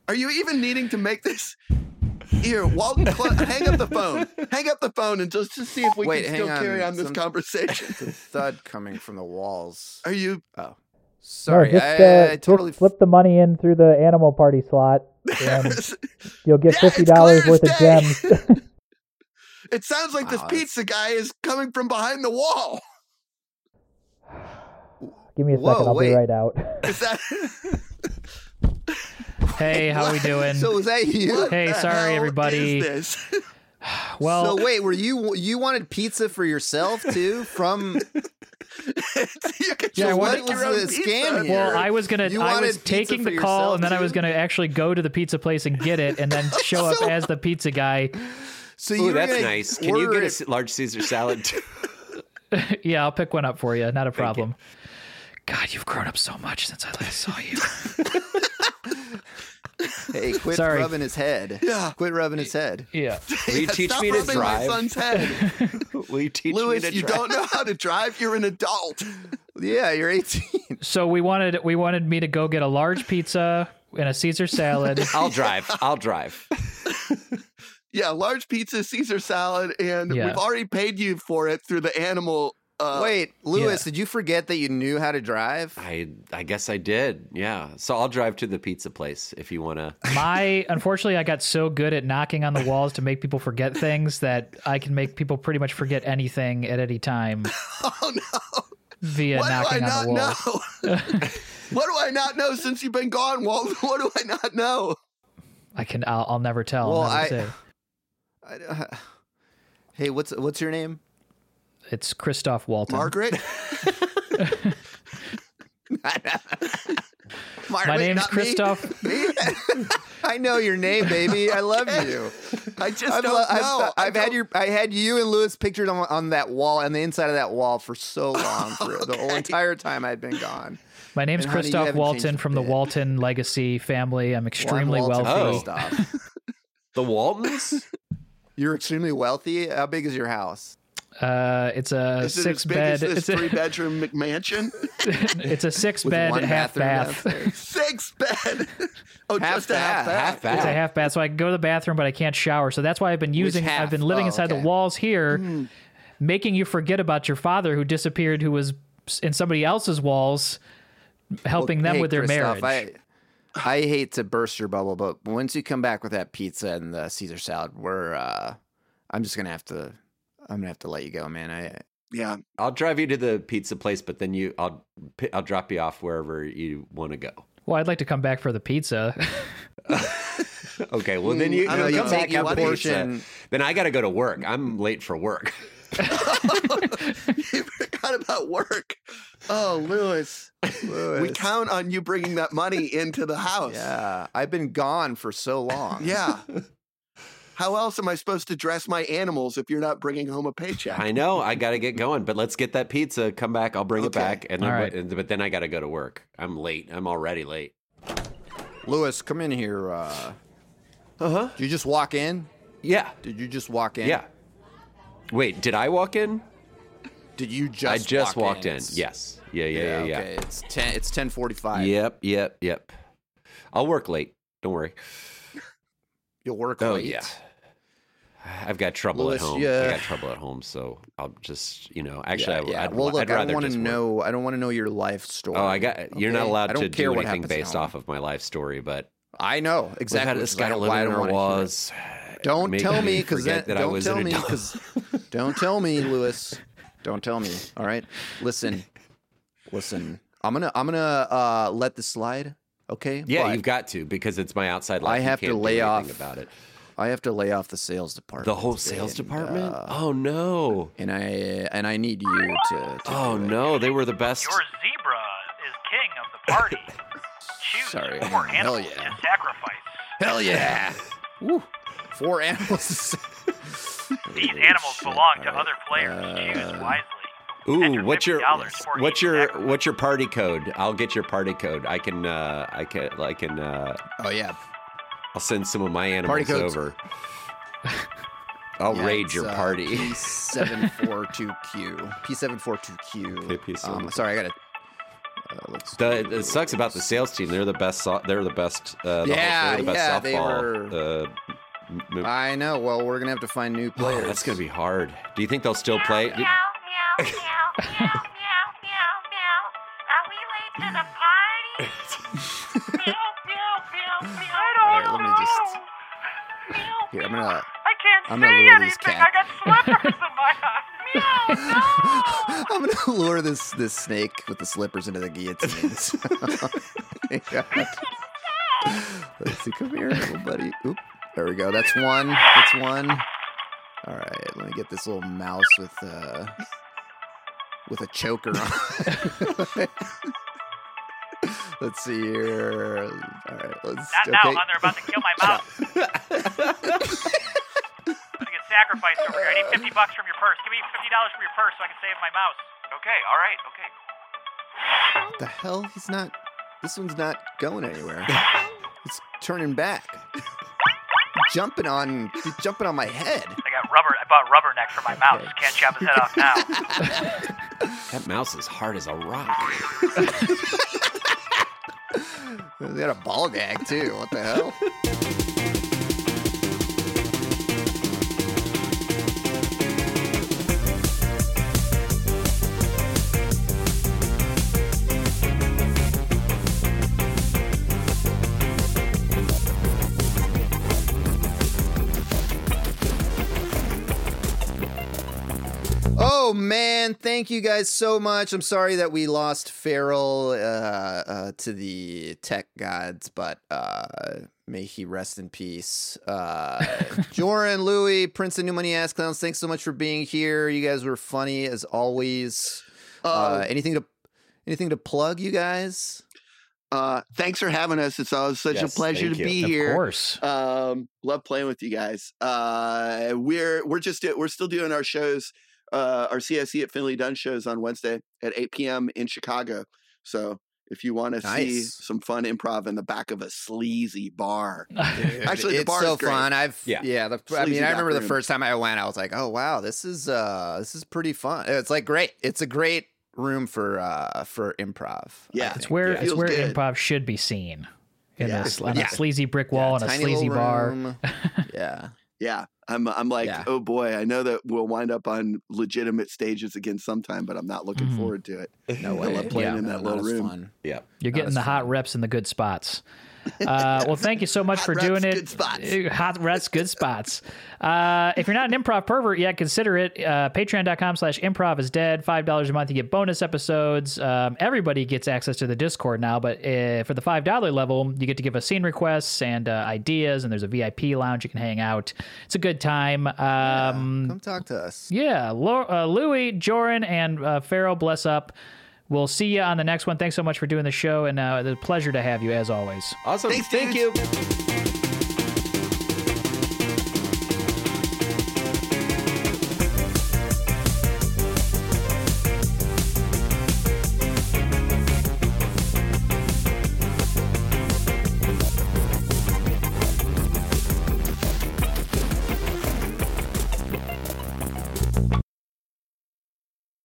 [SPEAKER 3] Are you even needing to make this? Here, Walton, cl- hang up the phone. Hang up the phone and just to see if we
[SPEAKER 6] Wait,
[SPEAKER 3] can
[SPEAKER 6] hang
[SPEAKER 3] still carry
[SPEAKER 6] on.
[SPEAKER 3] on this
[SPEAKER 6] Some- Oh.
[SPEAKER 3] conversation.
[SPEAKER 6] it's a thud coming from the walls.
[SPEAKER 3] Are you?
[SPEAKER 6] Sorry,
[SPEAKER 8] no, just, uh,
[SPEAKER 6] I, I
[SPEAKER 8] flip-
[SPEAKER 6] totally.
[SPEAKER 8] flip the money in through the animal party slot. And you'll get
[SPEAKER 3] Yeah, it's
[SPEAKER 8] fifty dollars
[SPEAKER 3] clear as
[SPEAKER 8] worth of
[SPEAKER 3] day.
[SPEAKER 8] gems.
[SPEAKER 3] It sounds like this
[SPEAKER 6] Wow, Oh, that's-
[SPEAKER 3] pizza guy is coming from behind the wall.
[SPEAKER 8] Give me a
[SPEAKER 6] Whoa,
[SPEAKER 8] second, I'll
[SPEAKER 6] wait.
[SPEAKER 8] be right out.
[SPEAKER 3] Is that?
[SPEAKER 2] hey, how we doing?
[SPEAKER 6] So is that you?
[SPEAKER 2] Hey,
[SPEAKER 3] the
[SPEAKER 2] sorry
[SPEAKER 3] hell
[SPEAKER 2] everybody.
[SPEAKER 3] Is this?
[SPEAKER 2] Well,
[SPEAKER 6] so wait, were you you wanted pizza for yourself too from
[SPEAKER 3] you can
[SPEAKER 2] Yeah, I
[SPEAKER 3] just
[SPEAKER 2] wanted-
[SPEAKER 3] make your
[SPEAKER 6] What
[SPEAKER 3] own
[SPEAKER 6] was the scam
[SPEAKER 3] pizza.
[SPEAKER 6] here?
[SPEAKER 2] Well, I was gonna.
[SPEAKER 6] You
[SPEAKER 2] I
[SPEAKER 6] wanted
[SPEAKER 2] was
[SPEAKER 6] pizza
[SPEAKER 2] taking
[SPEAKER 6] for
[SPEAKER 2] the call,
[SPEAKER 6] yourself,
[SPEAKER 2] and then I was
[SPEAKER 6] too?
[SPEAKER 2] gonna actually go to the pizza place and get it, and then show up as the pizza guy.
[SPEAKER 6] So
[SPEAKER 5] Ooh,
[SPEAKER 6] were
[SPEAKER 5] that's
[SPEAKER 6] gonna
[SPEAKER 5] nice. Can you
[SPEAKER 6] order
[SPEAKER 5] get a
[SPEAKER 6] it-
[SPEAKER 5] s- large Caesar salad? too?
[SPEAKER 2] yeah, I'll pick one up for you. Not a problem. God, you've grown up so much since I last saw you.
[SPEAKER 6] Hey, quit
[SPEAKER 2] Sorry.
[SPEAKER 6] rubbing his head.
[SPEAKER 3] Yeah.
[SPEAKER 6] Quit rubbing his head.
[SPEAKER 2] yeah.
[SPEAKER 5] Will you teach
[SPEAKER 3] Stop
[SPEAKER 5] me to
[SPEAKER 3] rubbing My
[SPEAKER 5] drive?
[SPEAKER 3] son's head.
[SPEAKER 5] Will you teach me
[SPEAKER 3] Louis,
[SPEAKER 5] to
[SPEAKER 3] you
[SPEAKER 5] drive?
[SPEAKER 3] don't know how to drive. You're an adult.
[SPEAKER 6] Yeah, you're 18.
[SPEAKER 2] So we wanted we wanted me to go get a large pizza and a Caesar salad.
[SPEAKER 5] I'll drive. I'll drive.
[SPEAKER 3] Yeah, large pizza, Caesar salad, and
[SPEAKER 2] Yeah.
[SPEAKER 3] we've already paid you for it through the animal. Uh,
[SPEAKER 6] Wait, Lewis,
[SPEAKER 2] yeah.
[SPEAKER 6] did you forget that you knew how to drive?
[SPEAKER 5] I I guess I did. Yeah. So I'll drive to the pizza place if you want to.
[SPEAKER 2] My unfortunately, I got so good at knocking on the walls to make people forget things that I can make people pretty much forget anything at any time
[SPEAKER 3] Oh no!
[SPEAKER 2] via
[SPEAKER 3] What do I
[SPEAKER 2] knocking on
[SPEAKER 3] not
[SPEAKER 2] the walls.
[SPEAKER 3] know? what do I not know since you've been gone, Walt? What do I not know?
[SPEAKER 2] I can. I'll, I'll never tell.
[SPEAKER 6] Well,
[SPEAKER 2] I'll never
[SPEAKER 6] I-
[SPEAKER 2] say.
[SPEAKER 6] I, uh, hey, what's what's your name?
[SPEAKER 2] It's Christoph Walton.
[SPEAKER 3] Margaret.
[SPEAKER 2] My name's
[SPEAKER 3] not me.
[SPEAKER 2] Christoph.
[SPEAKER 6] I know your name, baby. I love you.
[SPEAKER 3] I just
[SPEAKER 6] I've,
[SPEAKER 3] don't
[SPEAKER 6] lo- I've,
[SPEAKER 3] know. I
[SPEAKER 6] I've had
[SPEAKER 3] don't-
[SPEAKER 6] your I had you and Lewis pictured on, on that wall on the inside of that wall for so long for the whole entire time I'd been gone.
[SPEAKER 2] My name's
[SPEAKER 6] And honey, you
[SPEAKER 2] Christoph
[SPEAKER 6] haven't
[SPEAKER 2] Walton
[SPEAKER 6] changed a
[SPEAKER 2] from the
[SPEAKER 6] bit.
[SPEAKER 2] Walton legacy family. I'm extremely
[SPEAKER 6] Well, I'm Walton
[SPEAKER 2] wealthy.
[SPEAKER 5] Oh.
[SPEAKER 6] Christoph.
[SPEAKER 5] The Waltons?
[SPEAKER 6] You're extremely wealthy. How big is your house?
[SPEAKER 2] Uh, it's a
[SPEAKER 3] Is it
[SPEAKER 2] six
[SPEAKER 3] as big
[SPEAKER 2] bed.
[SPEAKER 3] as
[SPEAKER 2] It's
[SPEAKER 3] this three
[SPEAKER 2] a,
[SPEAKER 3] bedroom McMansion?
[SPEAKER 2] it's a six bed
[SPEAKER 6] one
[SPEAKER 2] half
[SPEAKER 6] bathroom
[SPEAKER 2] bath.
[SPEAKER 6] downstairs?
[SPEAKER 3] Six bed. Oh,
[SPEAKER 6] Half
[SPEAKER 3] just a half bath.
[SPEAKER 6] bath,
[SPEAKER 5] Half
[SPEAKER 2] It's a
[SPEAKER 5] bad.
[SPEAKER 2] half bath, so I can go to the bathroom, but I can't shower. So that's why I've been using. I've
[SPEAKER 6] half?
[SPEAKER 2] been living
[SPEAKER 6] Oh,
[SPEAKER 2] inside
[SPEAKER 6] okay. Hmm.
[SPEAKER 2] the walls here, making you forget about your father who disappeared, who was in somebody else's walls, helping them
[SPEAKER 6] Hey,
[SPEAKER 2] with their
[SPEAKER 6] Christoph,
[SPEAKER 2] marriage.
[SPEAKER 6] I, I hate to burst your bubble, but once you come back with that pizza and the Caesar salad, we're uh, I'm just gonna have to I'm gonna have to let you go, man. I
[SPEAKER 3] Yeah.
[SPEAKER 5] I'll drive you to the pizza place, but then you I'll pi- I'll drop you off wherever you want to go.
[SPEAKER 2] well, I'd like to come back for the pizza.
[SPEAKER 5] Okay. Well, then you
[SPEAKER 3] Hmm, I
[SPEAKER 5] no,
[SPEAKER 3] don't
[SPEAKER 5] come
[SPEAKER 3] know.
[SPEAKER 5] back
[SPEAKER 3] Take your
[SPEAKER 5] out the pizza.
[SPEAKER 6] portion.
[SPEAKER 5] Then I got to go to work. I'm late for work.
[SPEAKER 3] you forgot about work. Oh, Lewis. We count on you bringing that money into the house.
[SPEAKER 6] Yeah, I've been gone for so long.
[SPEAKER 3] Yeah. How else am I supposed to dress my animals if you're not bringing home a paycheck?
[SPEAKER 5] I know I got to get going, but let's get that pizza. Come back. I'll bring it
[SPEAKER 3] Okay.
[SPEAKER 5] back. And then,
[SPEAKER 2] All right.
[SPEAKER 5] and- but then I got to go to work. I'm late. I'm already late.
[SPEAKER 6] Lewis, come in here. Uh huh. Did you just walk in?
[SPEAKER 5] Yeah.
[SPEAKER 6] Did you just walk in?
[SPEAKER 5] Uh-huh. Yeah. Wait, did I walk in?
[SPEAKER 6] Did you just?
[SPEAKER 5] I just
[SPEAKER 6] walk
[SPEAKER 5] walked in.
[SPEAKER 6] It's-
[SPEAKER 5] Yes. Yeah, yeah, yeah, yeah.
[SPEAKER 6] Okay. It's ten. It's ten forty-five.
[SPEAKER 5] Yep, yep, yep. I'll work late. Don't worry.
[SPEAKER 6] You'll work
[SPEAKER 5] Oh
[SPEAKER 6] late.
[SPEAKER 5] yeah. I've got trouble
[SPEAKER 6] Lewis,
[SPEAKER 5] at home. I
[SPEAKER 6] yeah.
[SPEAKER 5] got trouble at home, so I'll just, you know, actually I, I'd,
[SPEAKER 6] well,
[SPEAKER 5] wa-
[SPEAKER 6] look,
[SPEAKER 5] I'd
[SPEAKER 6] I
[SPEAKER 5] rather
[SPEAKER 6] don't want
[SPEAKER 5] just
[SPEAKER 6] to
[SPEAKER 5] work.
[SPEAKER 6] know. I don't want to know your life story.
[SPEAKER 5] Oh, I got you're not
[SPEAKER 6] okay?
[SPEAKER 5] allowed
[SPEAKER 6] I don't
[SPEAKER 5] to
[SPEAKER 6] care
[SPEAKER 5] do
[SPEAKER 6] what
[SPEAKER 5] anything
[SPEAKER 6] happens at
[SPEAKER 5] based
[SPEAKER 6] home.
[SPEAKER 5] off of my life story, but
[SPEAKER 6] I know
[SPEAKER 5] we've
[SPEAKER 6] exactly.
[SPEAKER 5] had
[SPEAKER 6] which
[SPEAKER 5] this
[SPEAKER 6] is why
[SPEAKER 5] guy
[SPEAKER 6] I
[SPEAKER 5] to
[SPEAKER 6] don't
[SPEAKER 5] live in our
[SPEAKER 6] wanna hear it.
[SPEAKER 5] walls.
[SPEAKER 6] Don't
[SPEAKER 5] making
[SPEAKER 6] tell me
[SPEAKER 5] me
[SPEAKER 6] because
[SPEAKER 5] forget
[SPEAKER 6] then
[SPEAKER 5] that I
[SPEAKER 6] don't
[SPEAKER 5] was
[SPEAKER 6] tell
[SPEAKER 5] an
[SPEAKER 6] me
[SPEAKER 5] adult.
[SPEAKER 6] because don't tell me, Lewis. Don't tell me. All right, listen, listen. I'm gonna I'm gonna uh, let this slide. Okay.
[SPEAKER 5] Yeah,
[SPEAKER 6] But
[SPEAKER 5] you've got to because it's my outside life.
[SPEAKER 6] I
[SPEAKER 5] You
[SPEAKER 6] have to
[SPEAKER 5] can't do
[SPEAKER 6] lay
[SPEAKER 5] anything
[SPEAKER 6] off
[SPEAKER 5] about it.
[SPEAKER 6] I have to lay off the sales department.
[SPEAKER 5] The whole
[SPEAKER 6] today,
[SPEAKER 5] sales
[SPEAKER 6] and,
[SPEAKER 5] department?
[SPEAKER 6] uh,
[SPEAKER 5] oh no.
[SPEAKER 6] and I and I need you to. to
[SPEAKER 5] Oh
[SPEAKER 6] do it.
[SPEAKER 5] no, they were the best.
[SPEAKER 7] Your zebra is king of the party. Choose
[SPEAKER 6] Sorry.
[SPEAKER 7] four
[SPEAKER 6] Hell
[SPEAKER 7] animals
[SPEAKER 6] yeah.
[SPEAKER 7] to sacrifice.
[SPEAKER 6] Hell yeah! Woo. Four animals.
[SPEAKER 7] These
[SPEAKER 6] Holy
[SPEAKER 7] animals
[SPEAKER 6] shit.
[SPEAKER 7] belong to
[SPEAKER 6] All right.
[SPEAKER 7] other players. Choose
[SPEAKER 6] Uh,
[SPEAKER 7] wisely.
[SPEAKER 5] Ooh,
[SPEAKER 7] Enter
[SPEAKER 5] what's your
[SPEAKER 7] $50 for
[SPEAKER 5] what's
[SPEAKER 7] each
[SPEAKER 5] your
[SPEAKER 7] sacrifice.
[SPEAKER 5] what's your party code? I'll get your party code. I can uh I can I can uh
[SPEAKER 6] Oh yeah.
[SPEAKER 5] I'll send some of my animals
[SPEAKER 6] codes.
[SPEAKER 5] over. I'll
[SPEAKER 6] Yeah,
[SPEAKER 5] raid
[SPEAKER 6] it's,
[SPEAKER 5] your
[SPEAKER 6] uh,
[SPEAKER 5] party.
[SPEAKER 6] P742Q. P742Q.
[SPEAKER 5] Okay, P742Q.
[SPEAKER 6] Um, sorry, I got to. Uh, let's
[SPEAKER 5] The, it sucks about the sales team. They're the best. So- they're the best. Uh, the
[SPEAKER 6] Yeah,
[SPEAKER 5] whole, they're the best
[SPEAKER 6] yeah, they
[SPEAKER 5] softball. uh, m-
[SPEAKER 6] I know. Well, we're gonna have to find new
[SPEAKER 5] oh,
[SPEAKER 6] players.
[SPEAKER 5] that's gonna be hard. Do you think they'll still play?
[SPEAKER 9] Meow, meow, meow, meow, meow, meow, meow. Are we late to the party? meow, meow, meow, meow. I
[SPEAKER 6] All right, let me just-
[SPEAKER 9] Meow,
[SPEAKER 6] Here, I'm gonna.
[SPEAKER 9] I can't
[SPEAKER 6] I'm gonna
[SPEAKER 9] see
[SPEAKER 6] lure this
[SPEAKER 9] anything.
[SPEAKER 6] cat.
[SPEAKER 9] I got slippers in my eyes. Meow, no.
[SPEAKER 6] I'm gonna lure this this snake with the slippers into the guillotines. Let's see, come here, little buddy. Oop. There we go. That's one. That's one. All right, let me get this little mouse with uh with a choker on. let's see here. All right, let's.
[SPEAKER 7] Not now,
[SPEAKER 6] okay.
[SPEAKER 7] hon. They're about to kill my mouse. I'm gonna get sacrificed over here. I need 50 bucks from your purse. Give me 50 dollars from your purse so I can save my mouse. Okay. All right. Okay.
[SPEAKER 6] What the hell? He's not. This one's not going anywhere. it's turning back. jumping on, he's jumping on my head.
[SPEAKER 7] I got rubber. I bought rubber neck for my mouse. Can't chop his head off now.
[SPEAKER 5] That mouse is hard as a rock.
[SPEAKER 6] They got a ball gag too. What the hell? Oh man, thank you guys so much. I'm sorry that we lost Farrell uh, uh, to the tech gods, but uh, may he rest in peace. Uh, Joran, Louie, Prince of New Money Ass Clowns, thanks so much for being here. You guys were funny as always. Uh,
[SPEAKER 3] Uh,
[SPEAKER 6] anything to anything to plug, you guys?
[SPEAKER 3] uh, thanks for having us. It's always such
[SPEAKER 5] Yes,
[SPEAKER 3] a pleasure
[SPEAKER 5] thank
[SPEAKER 3] to
[SPEAKER 5] you.
[SPEAKER 3] be
[SPEAKER 2] Of
[SPEAKER 3] here.
[SPEAKER 2] course.
[SPEAKER 3] Um, love playing with you guys. Uh, we're we're just do- we're still doing our shows, uh, our CSE at Finley Dunn shows on Wednesday at 8 p.m. in Chicago. So if you want to see
[SPEAKER 6] Nice.
[SPEAKER 3] some fun improv in the back of a sleazy bar, Actually, the
[SPEAKER 6] it's
[SPEAKER 3] bar
[SPEAKER 6] so
[SPEAKER 3] is great.
[SPEAKER 6] fun. I've yeah,
[SPEAKER 5] Yeah.
[SPEAKER 6] the, I
[SPEAKER 3] Sleazy
[SPEAKER 6] mean,
[SPEAKER 3] back
[SPEAKER 6] I remember the
[SPEAKER 3] room.
[SPEAKER 6] first time I went, I was like, oh wow, this is uh, this is pretty fun. It's like great. It's a great room for uh for improv.
[SPEAKER 3] Yeah.
[SPEAKER 2] It's where it's
[SPEAKER 3] Feels
[SPEAKER 2] where
[SPEAKER 3] good.
[SPEAKER 2] improv should be seen. In
[SPEAKER 3] Yeah.
[SPEAKER 2] a sl- on
[SPEAKER 6] Yeah.
[SPEAKER 2] a sleazy brick wall and a
[SPEAKER 6] tiny
[SPEAKER 2] sleazy
[SPEAKER 6] little
[SPEAKER 2] bar.
[SPEAKER 6] room. yeah.
[SPEAKER 3] yeah, I'm I'm like,
[SPEAKER 6] Yeah.
[SPEAKER 3] oh boy, I know that we'll wind up on legitimate stages again sometime, but I'm not looking
[SPEAKER 2] Mhm.
[SPEAKER 3] forward to it.
[SPEAKER 6] Mm. No
[SPEAKER 3] I
[SPEAKER 6] way.
[SPEAKER 3] love playing
[SPEAKER 6] Yeah.
[SPEAKER 3] in
[SPEAKER 6] No,
[SPEAKER 3] that
[SPEAKER 6] not
[SPEAKER 3] little
[SPEAKER 6] as
[SPEAKER 3] room.
[SPEAKER 6] fun.
[SPEAKER 5] Yeah.
[SPEAKER 2] You're getting
[SPEAKER 6] as
[SPEAKER 2] the hot
[SPEAKER 6] fun.
[SPEAKER 2] reps in the good spots. Uh, well, thank you so much
[SPEAKER 3] Hot
[SPEAKER 2] for
[SPEAKER 3] reps,
[SPEAKER 2] doing it.
[SPEAKER 3] good spots.
[SPEAKER 2] Uh, Hot reps, good spots. Uh, if you're not an improv pervert yet, consider it. Uh, Patreon.com slash improv is dead. $5 a month, you get bonus episodes. Um, everybody gets access to the Discord now, but uh, for the $5 level, you get to give us scene requests and uh, ideas, and there's a VIP lounge you can hang out. It's a good time. Um,
[SPEAKER 6] Come talk to us.
[SPEAKER 2] yeah, Lo- uh, Louis, Joran, and uh, Farrell, bless up. We'll see you on the next one. Thanks so much for doing the show, and uh, it's a pleasure to have you as always.
[SPEAKER 5] Awesome.
[SPEAKER 3] Thanks,
[SPEAKER 5] Thank
[SPEAKER 3] dudes.
[SPEAKER 5] you.